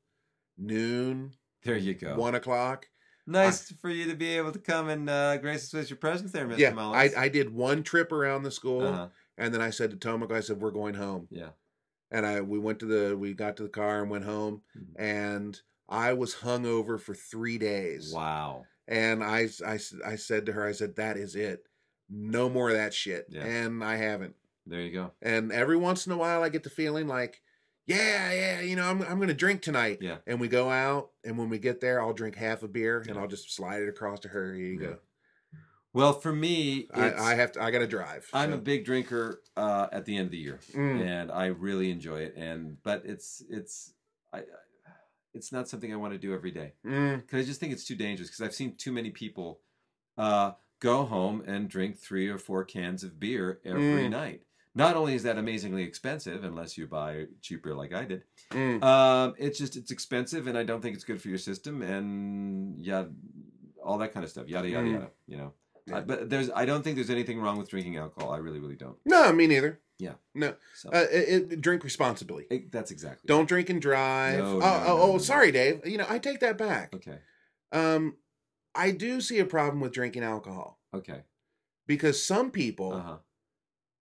[SPEAKER 1] noon,
[SPEAKER 3] There you go.
[SPEAKER 1] 1 o'clock.
[SPEAKER 3] Nice for you to be able to come and uh, grace us with your presence there, Mr.
[SPEAKER 1] yeah,
[SPEAKER 3] Mullins.
[SPEAKER 1] I, I did one trip around the school,
[SPEAKER 3] uh-huh.
[SPEAKER 1] and then I said to Tomoko, I said, "We're going home."
[SPEAKER 3] Yeah.
[SPEAKER 1] And I we went to the we got to the car and went home,
[SPEAKER 3] Mhm.
[SPEAKER 1] and I was hungover for three days.
[SPEAKER 3] Wow.
[SPEAKER 1] And I, s- I s- I said to her, I said, "That is it, no more of that shit."
[SPEAKER 3] Yeah.
[SPEAKER 1] And I haven't.
[SPEAKER 3] There you go.
[SPEAKER 1] And every once in a while, I get the feeling like, yeah, yeah, you know, I'm I'm gonna drink tonight.
[SPEAKER 3] Yeah.
[SPEAKER 1] And we go out, and when we get there, I'll drink half a beer, and
[SPEAKER 3] Yeah.
[SPEAKER 1] I'll just slide it across to her. Here you
[SPEAKER 3] Yeah.
[SPEAKER 1] go.
[SPEAKER 3] Well, for me, it's,
[SPEAKER 1] I, I have to. I gotta drive.
[SPEAKER 3] I'm a
[SPEAKER 1] so.
[SPEAKER 3] big drinker uh, at the end of the year,
[SPEAKER 1] Mm.
[SPEAKER 3] and I really enjoy it. And but it's it's I, I it's not something I want to do every day
[SPEAKER 1] Mm.
[SPEAKER 3] because I just think it's too dangerous. Because I've seen too many people uh, go home and drink three or four cans of beer every
[SPEAKER 1] Mm.
[SPEAKER 3] night. Not only is that amazingly expensive, unless you buy cheaper like I did,
[SPEAKER 1] Mm.
[SPEAKER 3] um, it's just it's expensive, and I don't think it's good for your system, and yada, all that kind of stuff, yada yada
[SPEAKER 1] Mm.
[SPEAKER 3] yada. You know,
[SPEAKER 1] Yeah.
[SPEAKER 3] Uh, but there's I don't think there's anything wrong with drinking alcohol. I really really don't.
[SPEAKER 1] No, me neither.
[SPEAKER 3] Yeah.
[SPEAKER 1] No.
[SPEAKER 3] So
[SPEAKER 1] Uh, it, it- drink responsibly.
[SPEAKER 3] it- that's exactly
[SPEAKER 1] Don't drink and drive.
[SPEAKER 3] No,
[SPEAKER 1] oh,
[SPEAKER 3] no,
[SPEAKER 1] oh,
[SPEAKER 3] no,
[SPEAKER 1] oh,
[SPEAKER 3] no.
[SPEAKER 1] sorry, Dave. You know, I take that back.
[SPEAKER 3] okay.
[SPEAKER 1] Um, I do see a problem with drinking alcohol
[SPEAKER 3] Okay.
[SPEAKER 1] because some people,
[SPEAKER 3] Uh huh.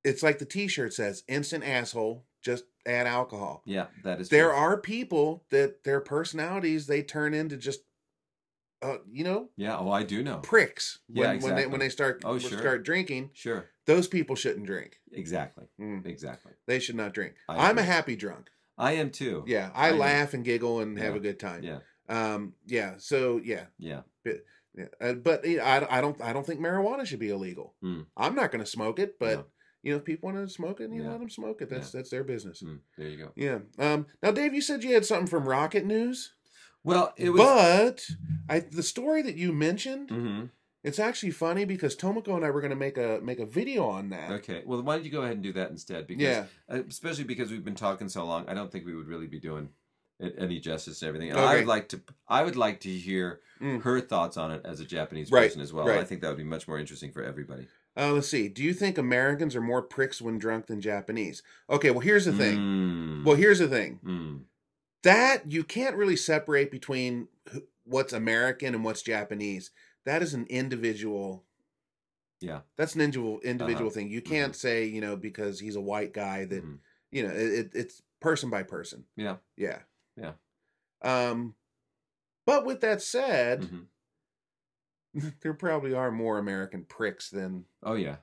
[SPEAKER 1] it's like the T-shirt says, "Instant asshole." Just add alcohol.
[SPEAKER 3] Yeah, that is.
[SPEAKER 1] There
[SPEAKER 3] true.
[SPEAKER 1] are people that their personalities they turn into just, uh, you know,
[SPEAKER 3] Yeah. Oh, I do know.
[SPEAKER 1] pricks when, when
[SPEAKER 3] Yeah,
[SPEAKER 1] they when
[SPEAKER 3] exactly.
[SPEAKER 1] they start
[SPEAKER 3] Oh,
[SPEAKER 1] when
[SPEAKER 3] sure.
[SPEAKER 1] start drinking.
[SPEAKER 3] Sure.
[SPEAKER 1] Those people shouldn't drink.
[SPEAKER 3] Exactly.
[SPEAKER 1] Mm,
[SPEAKER 3] Exactly.
[SPEAKER 1] They should not drink.
[SPEAKER 3] I
[SPEAKER 1] I'm a
[SPEAKER 3] agree.
[SPEAKER 1] happy drunk.
[SPEAKER 3] I am too.
[SPEAKER 1] Yeah, I,
[SPEAKER 3] I agree.
[SPEAKER 1] laugh and giggle and have
[SPEAKER 3] Yeah,
[SPEAKER 1] a good time.
[SPEAKER 3] Yeah.
[SPEAKER 1] Um. Yeah. So yeah.
[SPEAKER 3] Yeah.
[SPEAKER 1] Yeah, uh, but you know, I, I don't I don't think marijuana should be illegal.
[SPEAKER 3] Mm.
[SPEAKER 1] I'm not going to smoke it, but
[SPEAKER 3] No.
[SPEAKER 1] you know if people want to smoke it, you know,
[SPEAKER 3] Yeah.
[SPEAKER 1] let them smoke it. That's that's their business.
[SPEAKER 3] Mm, there you go.
[SPEAKER 1] Yeah. Um. Now, Dave, you said you had something from Rocket News,
[SPEAKER 3] Well, it was.
[SPEAKER 1] but I the story that you mentioned
[SPEAKER 3] Mhm.
[SPEAKER 1] it's actually funny because Tomoko and I were going to make a make a video on that.
[SPEAKER 3] Okay. Well, why don't you go ahead and do that instead? Because,
[SPEAKER 1] Yeah.
[SPEAKER 3] uh, especially because we've been talking so long, I don't think we would really be doing it any justice and everything. And I
[SPEAKER 1] Okay.
[SPEAKER 3] would like to. I would like to hear
[SPEAKER 1] Mm.
[SPEAKER 3] her thoughts on it as a Japanese
[SPEAKER 1] Right,
[SPEAKER 3] person as well.
[SPEAKER 1] right.
[SPEAKER 3] I think that would be much more interesting for everybody.
[SPEAKER 1] Uh, let's see. Do you think Americans are more pricks when drunk than Japanese? Okay. Well, here's the thing.
[SPEAKER 3] Mm.
[SPEAKER 1] Well, here's the thing.
[SPEAKER 3] Mm.
[SPEAKER 1] that you can't really separate between wh- what's American and what's Japanese. That is an individual.
[SPEAKER 3] Yeah.
[SPEAKER 1] That's an individual individual
[SPEAKER 3] Uh-huh.
[SPEAKER 1] thing. You can't say you know because he's a white guy that
[SPEAKER 3] Mhm.
[SPEAKER 1] you know it, it, it's person by person.
[SPEAKER 3] Yeah.
[SPEAKER 1] Yeah.
[SPEAKER 3] Yeah.
[SPEAKER 1] Um, but with that said,
[SPEAKER 3] Mhm.
[SPEAKER 1] there probably are more American pricks than
[SPEAKER 3] Oh yeah,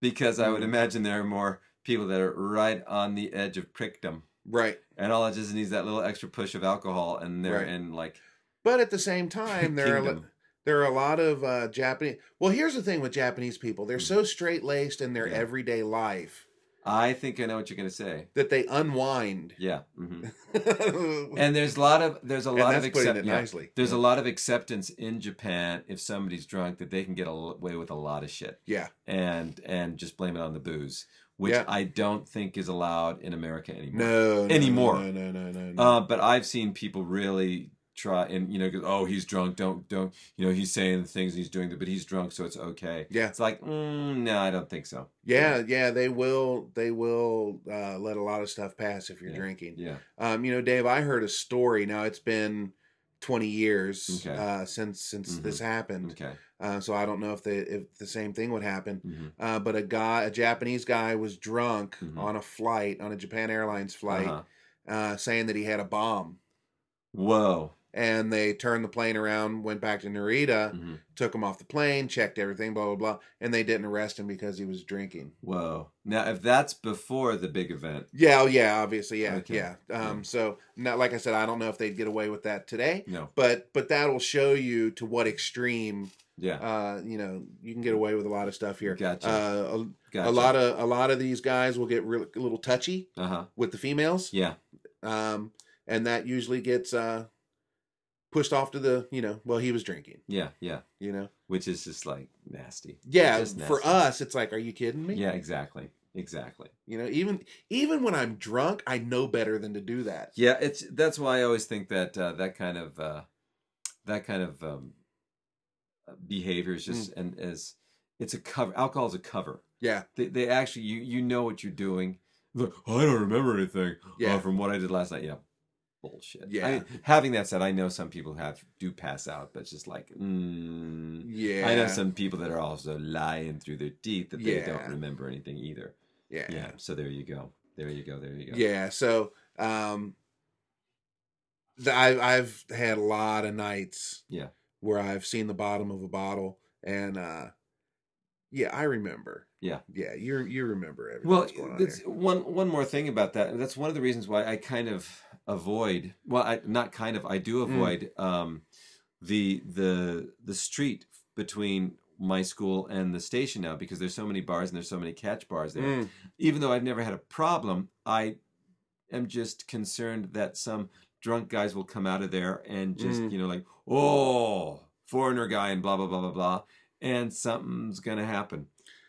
[SPEAKER 3] because I would
[SPEAKER 1] Mm.
[SPEAKER 3] imagine there are more people that are right on the edge of prickdom,
[SPEAKER 1] right.
[SPEAKER 3] and all it just needs that little extra push of alcohol, and they're
[SPEAKER 1] Right.
[SPEAKER 3] in like
[SPEAKER 1] But at the same time, there are a lo-
[SPEAKER 3] Kingdom.
[SPEAKER 1] there are a lot of uh, Japanese. Well, here's the thing with Japanese people: they're
[SPEAKER 3] Mhm.
[SPEAKER 1] so straight laced in their
[SPEAKER 3] Yeah.
[SPEAKER 1] everyday life.
[SPEAKER 3] I think I know what you're gonna say.
[SPEAKER 1] that they unwind.
[SPEAKER 3] Yeah, hmm
[SPEAKER 1] and
[SPEAKER 3] and there's a lot of there's a lot of
[SPEAKER 1] that's putting
[SPEAKER 3] accept-
[SPEAKER 1] it
[SPEAKER 3] yeah.
[SPEAKER 1] nicely.
[SPEAKER 3] There's a lot of acceptance in Japan if somebody's drunk that they can get al- away with a lot of shit
[SPEAKER 1] yeah,
[SPEAKER 3] and and just blame it on the booze, which
[SPEAKER 1] Yeah.
[SPEAKER 3] I don't think is allowed in America anymore.
[SPEAKER 1] no, no,
[SPEAKER 3] Anymore.
[SPEAKER 1] No, no, no, no. no.
[SPEAKER 3] Uh, but I've seen people really try and you know, go, oh, he's drunk. Don't don't you know? He's saying the things he's doing, but he's drunk, so it's okay.
[SPEAKER 1] yeah,
[SPEAKER 3] It's like, mm, no, I don't think so.
[SPEAKER 1] yeah, yeah. They will, they will uh, let a lot of stuff pass if you're
[SPEAKER 3] Yeah.
[SPEAKER 1] drinking.
[SPEAKER 3] Yeah.
[SPEAKER 1] Um, you know, Dave, I heard a story. Now it's been 20 years
[SPEAKER 3] Okay.
[SPEAKER 1] uh, since since
[SPEAKER 3] Mhm.
[SPEAKER 1] this happened.
[SPEAKER 3] Okay.
[SPEAKER 1] Uh, so I don't know if the if the same thing would happen.
[SPEAKER 3] Mm-hmm.
[SPEAKER 1] Uh, but a guy, a Japanese guy, was drunk
[SPEAKER 3] Mhm.
[SPEAKER 1] on a flight, on a Japan Airlines flight, uh
[SPEAKER 3] Uh-huh.
[SPEAKER 1] saying that he had a bomb.
[SPEAKER 3] Whoa.
[SPEAKER 1] and they turned the plane around, went back to Narita,
[SPEAKER 3] Mhm.
[SPEAKER 1] took him off the plane, checked everything, blah blah blah, and they didn't arrest him because he was drinking.
[SPEAKER 3] Whoa. Now, if that's before the big event,
[SPEAKER 1] Yeah, oh, yeah, obviously, yeah,
[SPEAKER 3] Okay.
[SPEAKER 1] yeah. Um,
[SPEAKER 3] Yeah.
[SPEAKER 1] so not like I said, I don't know if they'd get away with that today,
[SPEAKER 3] no.
[SPEAKER 1] but but that'll show you to what extreme,
[SPEAKER 3] Yeah.
[SPEAKER 1] uh, you know, you can get away with a lot of stuff here.
[SPEAKER 3] Gotcha.
[SPEAKER 1] Uh, a,
[SPEAKER 3] Gotcha.
[SPEAKER 1] a lot of a lot of these guys will get real, a little touchy
[SPEAKER 3] Uh huh.
[SPEAKER 1] with the females,
[SPEAKER 3] Yeah.
[SPEAKER 1] um, and that usually gets uh pushed off to the, you know, well, he was drinking,
[SPEAKER 3] Yeah. Yeah.
[SPEAKER 1] you know.
[SPEAKER 3] Which is just like nasty.
[SPEAKER 1] Yeah,
[SPEAKER 3] Just
[SPEAKER 1] for
[SPEAKER 3] nasty.
[SPEAKER 1] us, it's like, are you kidding me?
[SPEAKER 3] Yeah. Exactly. Exactly.
[SPEAKER 1] You know, even even when I'm drunk, I know better than to do that.
[SPEAKER 3] Yeah, it's that's why I always think that uh, that kind of uh, that kind of um, behavior is just and is it's a cover. Alcohol is a cover.
[SPEAKER 1] Yeah.
[SPEAKER 3] They, they actually you you know what you're doing. Look, I don't remember anything uh,
[SPEAKER 1] Yeah.
[SPEAKER 3] from what I did last night. Yeah, bullshit.
[SPEAKER 1] Yeah.
[SPEAKER 3] I, having that said, I know some people have do pass out, but it's just like mm,
[SPEAKER 1] Yeah.
[SPEAKER 3] I know some people that are also lying through their teeth that they
[SPEAKER 1] Yeah.
[SPEAKER 3] don't remember anything either.
[SPEAKER 1] Yeah.
[SPEAKER 3] Yeah.
[SPEAKER 1] Yeah.
[SPEAKER 3] So there you go. There you go. There you go.
[SPEAKER 1] So um th- I've I've had a lot of nights
[SPEAKER 3] Yeah.
[SPEAKER 1] where I've seen the bottom of a bottle and uh yeah, I remember.
[SPEAKER 3] Yeah.
[SPEAKER 1] Yeah, you you remember everything
[SPEAKER 3] Well,
[SPEAKER 1] that's going on
[SPEAKER 3] that's
[SPEAKER 1] here.
[SPEAKER 3] one one more thing about that. and That's one of the reasons why I kind of avoid. Well, I not kind of. I do
[SPEAKER 1] Mm.
[SPEAKER 3] avoid um, the the the street between my school and the station now because there's so many bars and there's so many catch bars there.
[SPEAKER 1] Mm,
[SPEAKER 3] Even though I've never had a problem, I am just concerned that some drunk guys will come out of there and just
[SPEAKER 1] Mm.
[SPEAKER 3] you know like oh foreigner guy and blah blah blah blah blah, and something's gonna happen.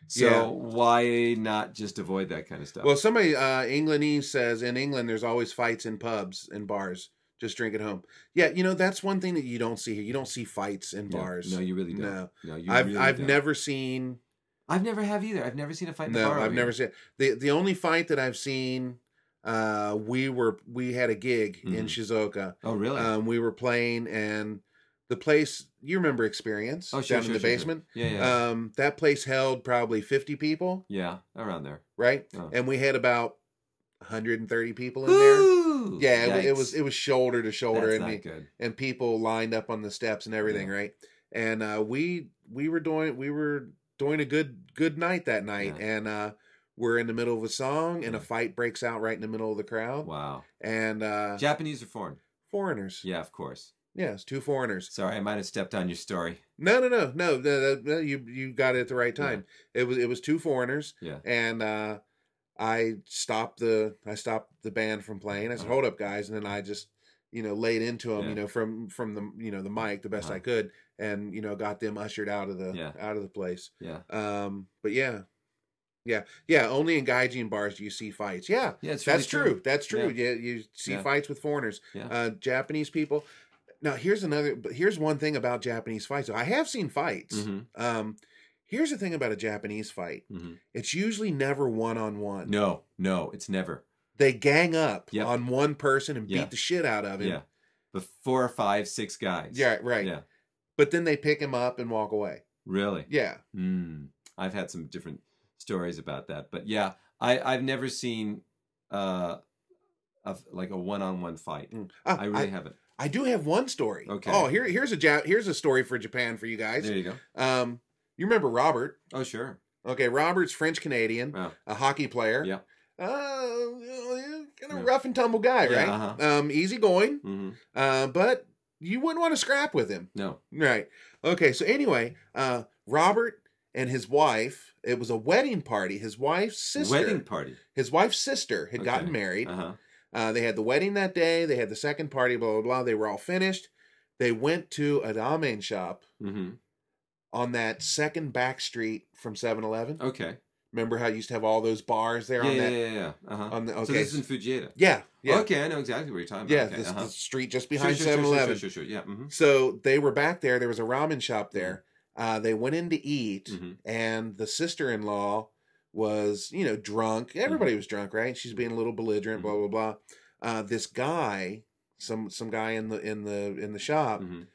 [SPEAKER 3] So
[SPEAKER 1] Yeah.
[SPEAKER 3] why not just avoid that kind of stuff?
[SPEAKER 1] Well, somebody uh, Englandese says in England there's always fights in pubs and bars. Just drink at home. Yeah, you know that's one thing that you don't see here. You don't see fights in
[SPEAKER 3] No,
[SPEAKER 1] bars.
[SPEAKER 3] No, you really don't.
[SPEAKER 1] No.
[SPEAKER 3] No, you
[SPEAKER 1] I've
[SPEAKER 3] really
[SPEAKER 1] I've
[SPEAKER 3] don't.
[SPEAKER 1] never seen.
[SPEAKER 3] I've never have either. I've never seen a fight in the
[SPEAKER 1] no,
[SPEAKER 3] bar.
[SPEAKER 1] I've
[SPEAKER 3] over
[SPEAKER 1] never seen
[SPEAKER 3] here.
[SPEAKER 1] the the only fight that I've seen. Uh, we were we had a gig in
[SPEAKER 3] Mhm.
[SPEAKER 1] Shizuoka.
[SPEAKER 3] Oh, really?
[SPEAKER 1] Um, we were playing and the place you remember experience
[SPEAKER 3] oh, sure,
[SPEAKER 1] down
[SPEAKER 3] sure,
[SPEAKER 1] in the
[SPEAKER 3] sure, sure.
[SPEAKER 1] basement.
[SPEAKER 3] Yeah, yeah.
[SPEAKER 1] Um, that place held probably fifty people,
[SPEAKER 3] yeah, around there.
[SPEAKER 1] right?
[SPEAKER 3] Oh.
[SPEAKER 1] And we had about 130 people in there.
[SPEAKER 3] Ooh,
[SPEAKER 1] Yeah, it, wa- it was
[SPEAKER 3] yikes.
[SPEAKER 1] it was shoulder to shoulder,
[SPEAKER 3] That's
[SPEAKER 1] and
[SPEAKER 3] not
[SPEAKER 1] we,
[SPEAKER 3] good.
[SPEAKER 1] and people lined up on the steps and everything,
[SPEAKER 3] Yeah.
[SPEAKER 1] right? And uh, we we were doing we were doing a good good night that night,
[SPEAKER 3] Yeah.
[SPEAKER 1] and uh, we're in the middle of a song, and a
[SPEAKER 3] Yeah.
[SPEAKER 1] fight breaks out right in the middle of the crowd,
[SPEAKER 3] Wow.
[SPEAKER 1] and uh,
[SPEAKER 3] Japanese or foreign?
[SPEAKER 1] foreigners,
[SPEAKER 3] Yeah, of course.
[SPEAKER 1] yes, two foreigners.
[SPEAKER 3] Sorry, I might have stepped on your story.
[SPEAKER 1] No, no, no, no, no, no, no, you you got it at the right
[SPEAKER 3] Yeah.
[SPEAKER 1] time. It was it was two foreigners,
[SPEAKER 3] Yeah.
[SPEAKER 1] and uh, I stopped the I stopped the band from playing. I said,
[SPEAKER 3] Uh-huh.
[SPEAKER 1] "Hold up, guys!" And then I just you know laid into them,
[SPEAKER 3] Yeah.
[SPEAKER 1] you know, from from the you know the mic the best I
[SPEAKER 3] Uh-huh.
[SPEAKER 1] could, and you know got them ushered out of the
[SPEAKER 3] Yeah.
[SPEAKER 1] out of the place.
[SPEAKER 3] Yeah.
[SPEAKER 1] Um, but yeah, yeah, yeah. Only in gaijin bars do you see fights. Yeah,
[SPEAKER 3] Yeah, it's really
[SPEAKER 1] that's true. That's true. Yeah, you see
[SPEAKER 3] Yeah.
[SPEAKER 1] fights with foreigners,
[SPEAKER 3] Yeah.
[SPEAKER 1] uh, Japanese people. Now here's another. But here's one thing about Japanese fights. I have seen fights.
[SPEAKER 3] Mhm,
[SPEAKER 1] Um, here's the thing about a Japanese fight.
[SPEAKER 3] mhm.
[SPEAKER 1] It's usually never one on one.
[SPEAKER 3] No, no, it's never.
[SPEAKER 1] They gang up
[SPEAKER 3] Yep.
[SPEAKER 1] on one person and
[SPEAKER 3] Yeah.
[SPEAKER 1] beat the shit out of him.
[SPEAKER 3] Yeah. The four or five, six guys.
[SPEAKER 1] Yeah, right.
[SPEAKER 3] Yeah.
[SPEAKER 1] But then they pick him up and walk away.
[SPEAKER 3] Really?
[SPEAKER 1] Yeah.
[SPEAKER 3] Mm, I've had some different stories about that, but yeah, I, I've never seen uh, a, like a one-on-one fight.
[SPEAKER 1] Mm. Ah,
[SPEAKER 3] I really haven't.
[SPEAKER 1] I do have one story.
[SPEAKER 3] Okay.
[SPEAKER 1] Oh, here here's a ja- here's a story for Japan for you guys.
[SPEAKER 3] There you go.
[SPEAKER 1] Um, you remember Robert?
[SPEAKER 3] Oh, sure.
[SPEAKER 1] Okay, Robert's French Canadian,
[SPEAKER 3] Wow.
[SPEAKER 1] a hockey player.
[SPEAKER 3] Yeah.
[SPEAKER 1] Uh, you know, he's kind of
[SPEAKER 3] Yeah.
[SPEAKER 1] rough and tumble guy,
[SPEAKER 3] Yeah,
[SPEAKER 1] right?
[SPEAKER 3] uh-huh.
[SPEAKER 1] Um, easy going,
[SPEAKER 3] hmm
[SPEAKER 1] uh, but you wouldn't want to scrap with him.
[SPEAKER 3] No.
[SPEAKER 1] Right. Okay. So anyway, uh, Robert and his wife. It was a wedding party. His wife's sister.
[SPEAKER 3] Wedding party.
[SPEAKER 1] His wife's sister had gotten
[SPEAKER 3] Okay.
[SPEAKER 1] married.
[SPEAKER 3] Uh huh.
[SPEAKER 1] Uh, they had the wedding that day. They had the second party. Blah blah blah. They were all finished. They went to a ramen shop
[SPEAKER 3] hmm
[SPEAKER 1] on that second back street from 7-Eleven.
[SPEAKER 3] Okay.
[SPEAKER 1] Remember how it used to have all those bars there
[SPEAKER 3] Oh. yeah,
[SPEAKER 1] on
[SPEAKER 3] yeah,
[SPEAKER 1] that?
[SPEAKER 3] yeah, yeah. Uh huh.
[SPEAKER 1] On the okay.
[SPEAKER 3] So this is in Fujieda.
[SPEAKER 1] yeah. Yeah.
[SPEAKER 3] Okay, I know exactly what you're talking about.
[SPEAKER 1] Yeah.
[SPEAKER 3] okay,
[SPEAKER 1] this,
[SPEAKER 3] uh-huh.
[SPEAKER 1] the street just
[SPEAKER 3] Sure,
[SPEAKER 1] behind
[SPEAKER 3] sure,
[SPEAKER 1] 7-Eleven.
[SPEAKER 3] Sure, sure, sure, sure, Yeah. Mm-hmm.
[SPEAKER 1] So they were back there. There was a ramen shop there. Uh, they went in to eat,
[SPEAKER 3] Mhm.
[SPEAKER 1] and the sister in law was, you know,
[SPEAKER 3] Mm-hmm.
[SPEAKER 1] drunk. Everybody was drunk, right? She's being a little belligerent, blah blah blah. Uh, this guy, some some guy in the in the in the shop,
[SPEAKER 3] Mhm.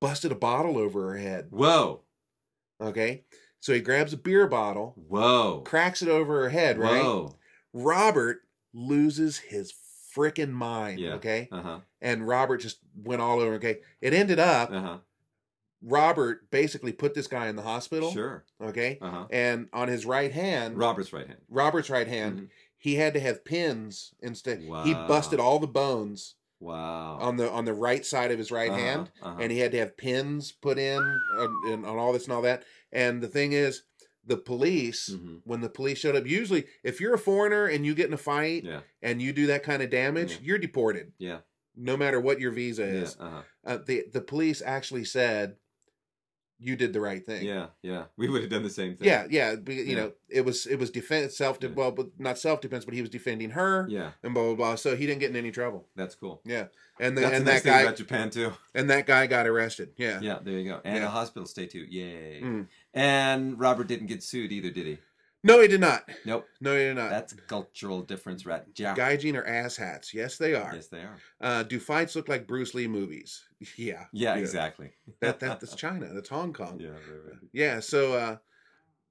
[SPEAKER 1] busted a bottle over her head.
[SPEAKER 3] Whoa.
[SPEAKER 1] Okay, so he grabs a beer bottle,
[SPEAKER 3] Whoa.
[SPEAKER 1] cracks it over her head, right?
[SPEAKER 3] Whoa.
[SPEAKER 1] Robert loses his freaking mind.
[SPEAKER 3] Yeah.
[SPEAKER 1] Okay,
[SPEAKER 3] Uh huh.
[SPEAKER 1] and Robert just went all over. Okay, it ended up.
[SPEAKER 3] Uh huh.
[SPEAKER 1] Robert basically put this guy in the hospital.
[SPEAKER 3] Sure.
[SPEAKER 1] Okay.
[SPEAKER 3] Uh huh.
[SPEAKER 1] And on his right hand,
[SPEAKER 3] Robert's right hand.
[SPEAKER 1] Robert's right hand,
[SPEAKER 3] Mhm.
[SPEAKER 1] he had to have pins instead. He
[SPEAKER 3] Wow.
[SPEAKER 1] busted all the bones
[SPEAKER 3] Wow.
[SPEAKER 1] on the on the right side of his right
[SPEAKER 3] Uh-huh,
[SPEAKER 1] hand,
[SPEAKER 3] uh-huh.
[SPEAKER 1] and he had to have pins put in uh, and on all this and all that. And the thing is, the police.
[SPEAKER 3] Mhm.
[SPEAKER 1] When the police showed up, usually if you're a foreigner and you get in a fight
[SPEAKER 3] Yeah.
[SPEAKER 1] and you do that kind of damage,
[SPEAKER 3] Yeah.
[SPEAKER 1] you're deported,
[SPEAKER 3] Yeah.
[SPEAKER 1] no matter what your visa
[SPEAKER 3] Yeah.
[SPEAKER 1] is.
[SPEAKER 3] Uh-huh.
[SPEAKER 1] Uh, the the police actually said, "You did the right thing."
[SPEAKER 3] Yeah. Yeah. We would have done the same thing.
[SPEAKER 1] Yeah, yeah, be- you
[SPEAKER 3] Yeah.
[SPEAKER 1] know, it was it was defense self de-
[SPEAKER 3] Yeah.
[SPEAKER 1] well, but not self defense, but he was defending her
[SPEAKER 3] Yeah.
[SPEAKER 1] and blah blah blah. So he didn't get in any trouble.
[SPEAKER 3] That's cool.
[SPEAKER 1] Yeah, and the,
[SPEAKER 3] That's
[SPEAKER 1] and
[SPEAKER 3] the
[SPEAKER 1] that
[SPEAKER 3] nice
[SPEAKER 1] guy
[SPEAKER 3] thing about Japan too.
[SPEAKER 1] and that guy got arrested. Yeah,
[SPEAKER 3] Yeah. There you go. And
[SPEAKER 1] Yeah.
[SPEAKER 3] a hospital stay too. Yay.
[SPEAKER 1] Mm.
[SPEAKER 3] And Robert didn't get sued either, did he?
[SPEAKER 1] no, he did not.
[SPEAKER 3] Nope.
[SPEAKER 1] No, he did not.
[SPEAKER 3] That's a cultural difference, right? Yeah.
[SPEAKER 1] Gaijin are asshats. Yes, they are.
[SPEAKER 3] Yes, they are.
[SPEAKER 1] Uh, do fights look like Bruce Lee movies? Yeah, Oh.
[SPEAKER 3] Yeah. Exactly.
[SPEAKER 1] That, that that's China. That's Hong Kong.
[SPEAKER 3] yeah. Right, right.
[SPEAKER 1] Yeah, so uh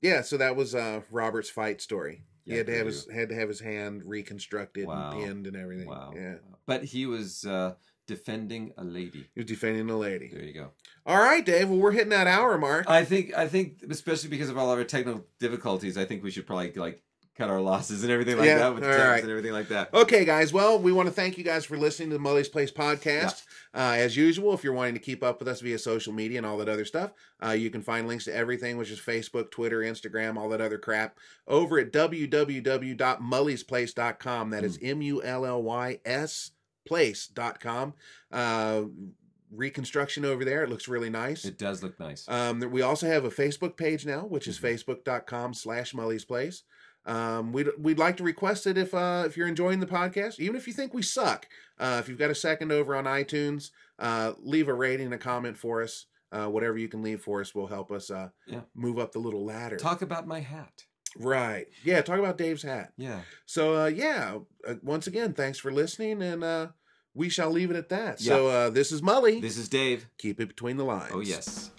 [SPEAKER 1] yeah, so that was uh Robert's fight story. he
[SPEAKER 3] Yeah,
[SPEAKER 1] had to have
[SPEAKER 3] there
[SPEAKER 1] his had to have his hand reconstructed
[SPEAKER 3] Wow.
[SPEAKER 1] and pinned and everything.
[SPEAKER 3] Wow.
[SPEAKER 1] Yeah.
[SPEAKER 3] But he was uh, defending a lady.
[SPEAKER 1] He was defending a lady.
[SPEAKER 3] There you go.
[SPEAKER 1] All right, Dave. Well, we're hitting that hour mark.
[SPEAKER 3] I think I think especially because of all our technical difficulties, I think we should probably like cut our losses and everything like
[SPEAKER 1] Yeah,
[SPEAKER 3] that with
[SPEAKER 1] all
[SPEAKER 3] tips
[SPEAKER 1] right. Oh,
[SPEAKER 3] and everything like that.
[SPEAKER 1] Okay, guys. Well, we want to thank you guys for listening to the Mully's Place podcast. Uh, as usual, if you're wanting to keep up with us via social media and all that other stuff, uh, you can find links to everything, which is Facebook, Twitter, Instagram, all that other crap, over at www.mullysplace.com. That is M U L L Y S place.com. Uh, reconstruction over there. It looks really nice.
[SPEAKER 3] It does look nice.
[SPEAKER 1] Um, we also have a Facebook page now, which is
[SPEAKER 3] Mm-hmm.
[SPEAKER 1] facebook.com slash Mully's Place. Um, we'd, we'd like to request it if, uh, if you're enjoying the podcast, even if you think we suck. Uh, if you've got a second over on iTunes, uh, leave a rating and a comment for us. Uh, whatever you can leave for us will help us uh,
[SPEAKER 3] Yeah.
[SPEAKER 1] move up the little ladder.
[SPEAKER 3] Talk about my hat.
[SPEAKER 1] right. Yeah, talk about Dave's hat.
[SPEAKER 3] Yeah.
[SPEAKER 1] So, uh, yeah, uh, once again, thanks for listening, and uh, we shall leave it at that. So, uh, this is Mully.
[SPEAKER 3] This is Dave.
[SPEAKER 1] Keep it between the lines.
[SPEAKER 3] Oh, yes.